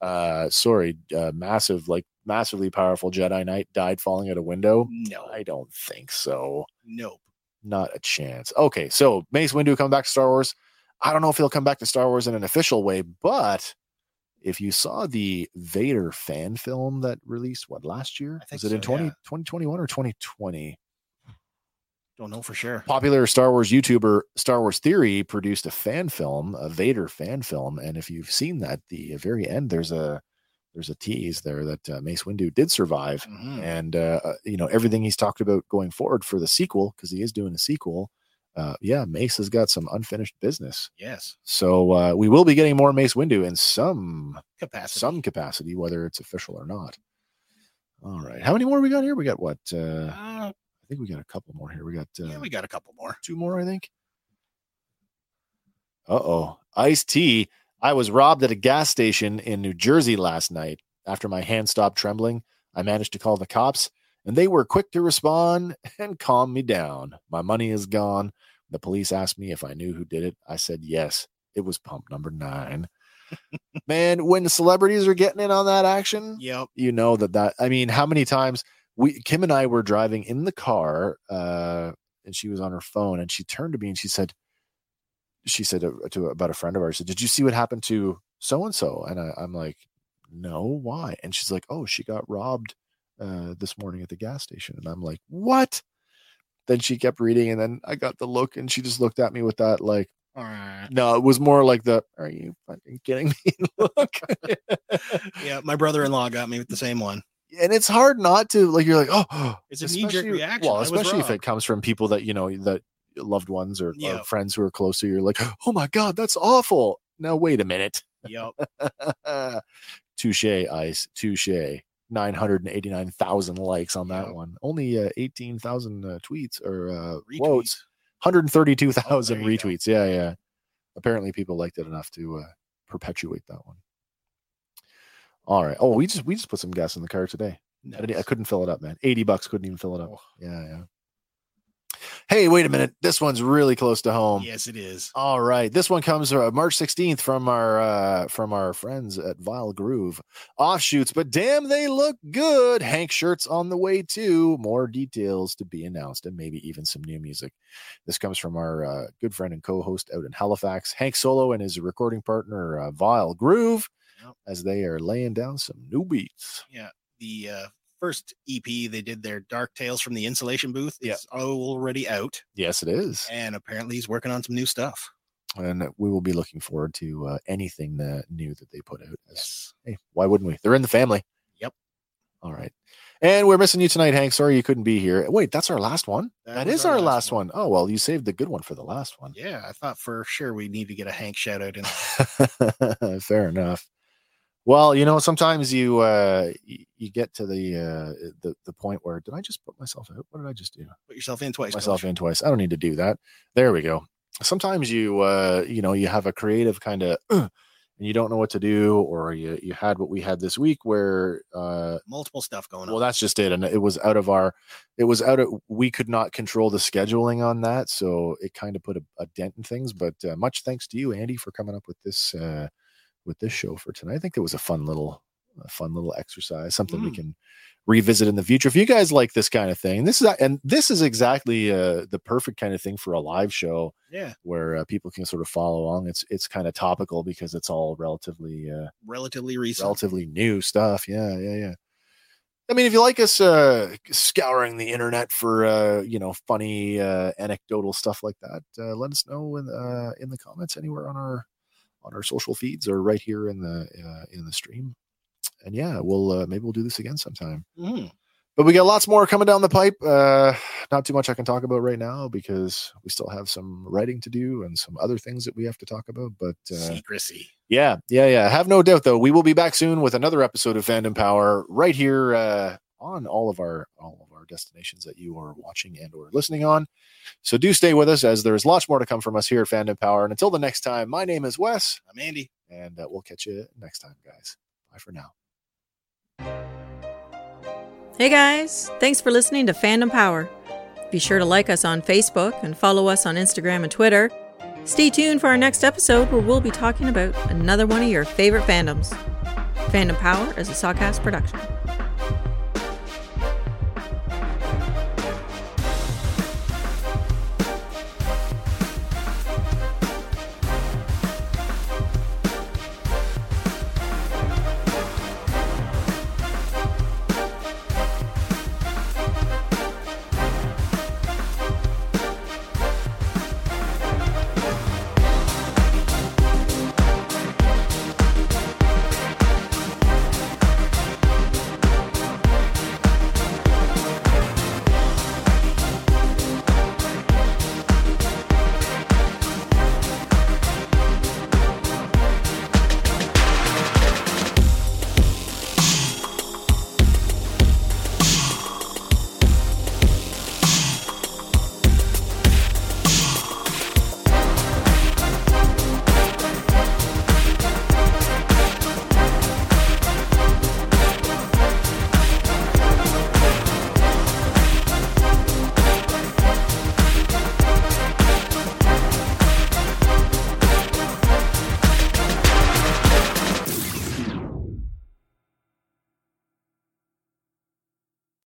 S3: Uh, sorry, uh, massive, like massively powerful Jedi Knight died falling out a window.
S2: No,
S3: I don't think so.
S2: nope.
S3: Not a chance. Okay, so Mace Windu coming back to Star Wars. I don't know if he'll come back to Star Wars in an official way, but if you saw the Vader fan film that released what last year,
S2: I think
S3: was it in
S2: so,
S3: 20,
S2: yeah.
S3: 2021 or 2020?
S2: Don't know for sure.
S3: popular Star Wars YouTuber Star Wars Theory produced a fan film, a Vader fan film, and if you've seen that, the very end there's a there's a tease there that uh, Mace Windu did survive,
S2: Mhm.
S3: and uh, uh, you know everything he's talked about going forward for the sequel because he is doing a sequel. Uh, yeah, Mace has got some unfinished business,
S2: Yes,
S3: so uh, we will be getting more Mace Windu in some
S2: Uh, capacity.
S3: some capacity, whether it's official or not. All right, how many more we got here? We got what? Uh, I
S2: Uh,
S3: think we got a couple more here. We got uh,
S2: yeah, we got a couple more.
S3: two more, I think. Uh oh. Ice tea. I was robbed at a gas station in New Jersey last night. After my hand stopped trembling, I managed to call the cops, and they were quick to respond <laughs> and calm me down. My money is gone. The police asked me if I knew who did it. I said yes. It was pump number nine. <laughs> Man, when celebrities are getting in on that action,
S2: Yep.
S3: you know that that i mean how many times we kim and i were driving in the car uh and she was on her phone and she turned to me and she said she said uh, to about a friend of ours she said did you see what happened to so and so and I- i'm like no why and she's like oh she got robbed uh this morning at the gas station and i'm like what then she kept reading and then i got the look and she just looked at me with that like
S2: All right.
S3: <laughs> no, it was more like the "Are you fucking kidding me?" look.
S2: my brother-in-law got me with the same one.
S3: and it's hard not to like you're like oh <gasps>
S2: It's a knee-jerk
S3: especially-
S2: reaction. I
S3: well
S2: was
S3: especially if
S2: wrong.
S3: it comes from people that you know that loved ones or, or
S2: Yeah.
S3: friends who are close to you you're like oh my god that's awful now wait a minute <laughs>
S2: Yep.
S3: touche ice touche 989,000 likes on that
S2: Yeah.
S3: one. Only uh, 18,000 uh, tweets or uh,
S2: Retweets.
S3: quotes. 132,000
S2: Oh, there you go.
S3: retweets. Yeah, yeah. Apparently people liked it enough to uh, perpetuate that one. All right. Oh, we just we just put some gas in the car today. I, didn't- I
S2: Nice.
S3: couldn't fill it up, man. 80 bucks couldn't even fill it up.
S2: Oh.
S3: Yeah, yeah. Hey, wait a minute. This one's really close to home.
S2: Yes, it is.
S3: All right. This one comes uh, March 16th from our uh from our friends at Vile Groove offshoots, but damn they look good. Hank shirts on the way too. More details to be announced and maybe even some new music. This comes from our uh, good friend and co-host out in Halifax, Hank Solo and his recording partner uh, Vile Groove
S2: Yep.
S3: as they are laying down some new beats.
S2: The uh, first EP they did their Dark Tales from the Insulation Booth
S3: Yeah.
S2: is already out,
S3: Yes, it is.
S2: and apparently he's working on some new stuff.
S3: and we will be looking forward to uh, anything that new that they put out. As-
S2: Yes.
S3: Hey, why wouldn't we? They're in the family.
S2: Yep.
S3: All right. And we're missing you tonight, Hank. Sorry you couldn't be here. Wait, that's our last one.
S2: That
S3: that
S2: was
S3: is our, last one. Oh well, you saved the good one for the last one.
S2: Yeah, I thought for sure we need to get a Hank shout out in.
S3: <laughs> Fair enough. Well, you know, sometimes you uh, y- you get to the uh, the the point where did I just put myself out? What did I just do?
S2: Put yourself in twice.
S3: myself
S2: Coach.
S3: in twice. I don't need to do that. There we go. Sometimes you uh you know you have a creative kind of and you don't know what to do or you you had what we had this week where uh
S2: Multiple stuff going on.
S3: well that's just it and it was out of our it was out of we could not control the scheduling on that so it kind of put a, a dent in things but uh, much thanks to you Andy for coming up with this uh with this show for tonight. I think it was a fun little a fun little exercise, something we
S2: Mm.
S3: can revisit in the future. If you guys like this kind of thing, this is and this is exactly uh, the perfect kind of thing for a live show
S2: yeah,
S3: where uh, people can sort of follow along. It's it's kind of topical because it's all relatively uh,
S2: relatively recent.
S3: relatively new stuff. Yeah, yeah, yeah. I mean, if you like us uh, scouring the internet for uh, you know funny uh, anecdotal stuff like that, uh, let us know in uh, in the comments anywhere on our on our social feeds or right here in the uh, in the stream. And yeah, we'll uh, maybe we'll do this again sometime.
S2: Mhm.
S3: But we got lots more coming down the pipe. Uh, not too much I can talk about right now because we still have some writing to do and some other things that we have to talk about. But uh,
S2: Secrecy.
S3: yeah, yeah, yeah. Have no doubt though. We will be back soon with another episode of Fandom Power right here uh, on all of our all of our destinations that you are watching and or listening on. So do stay with us as there is lots more to come from us here at Fandom Power. And until the next time, my name is Wes,
S2: I'm Andy.
S3: and uh, we'll catch you next time, guys. Bye for now.
S1: Hey guys, thanks for listening to Fandom Power. Be sure to like us on Facebook and follow us on Instagram and Twitter. Stay tuned for our next episode where we'll be talking about another one of your favorite fandoms. Fandom Power is a Sawcast production.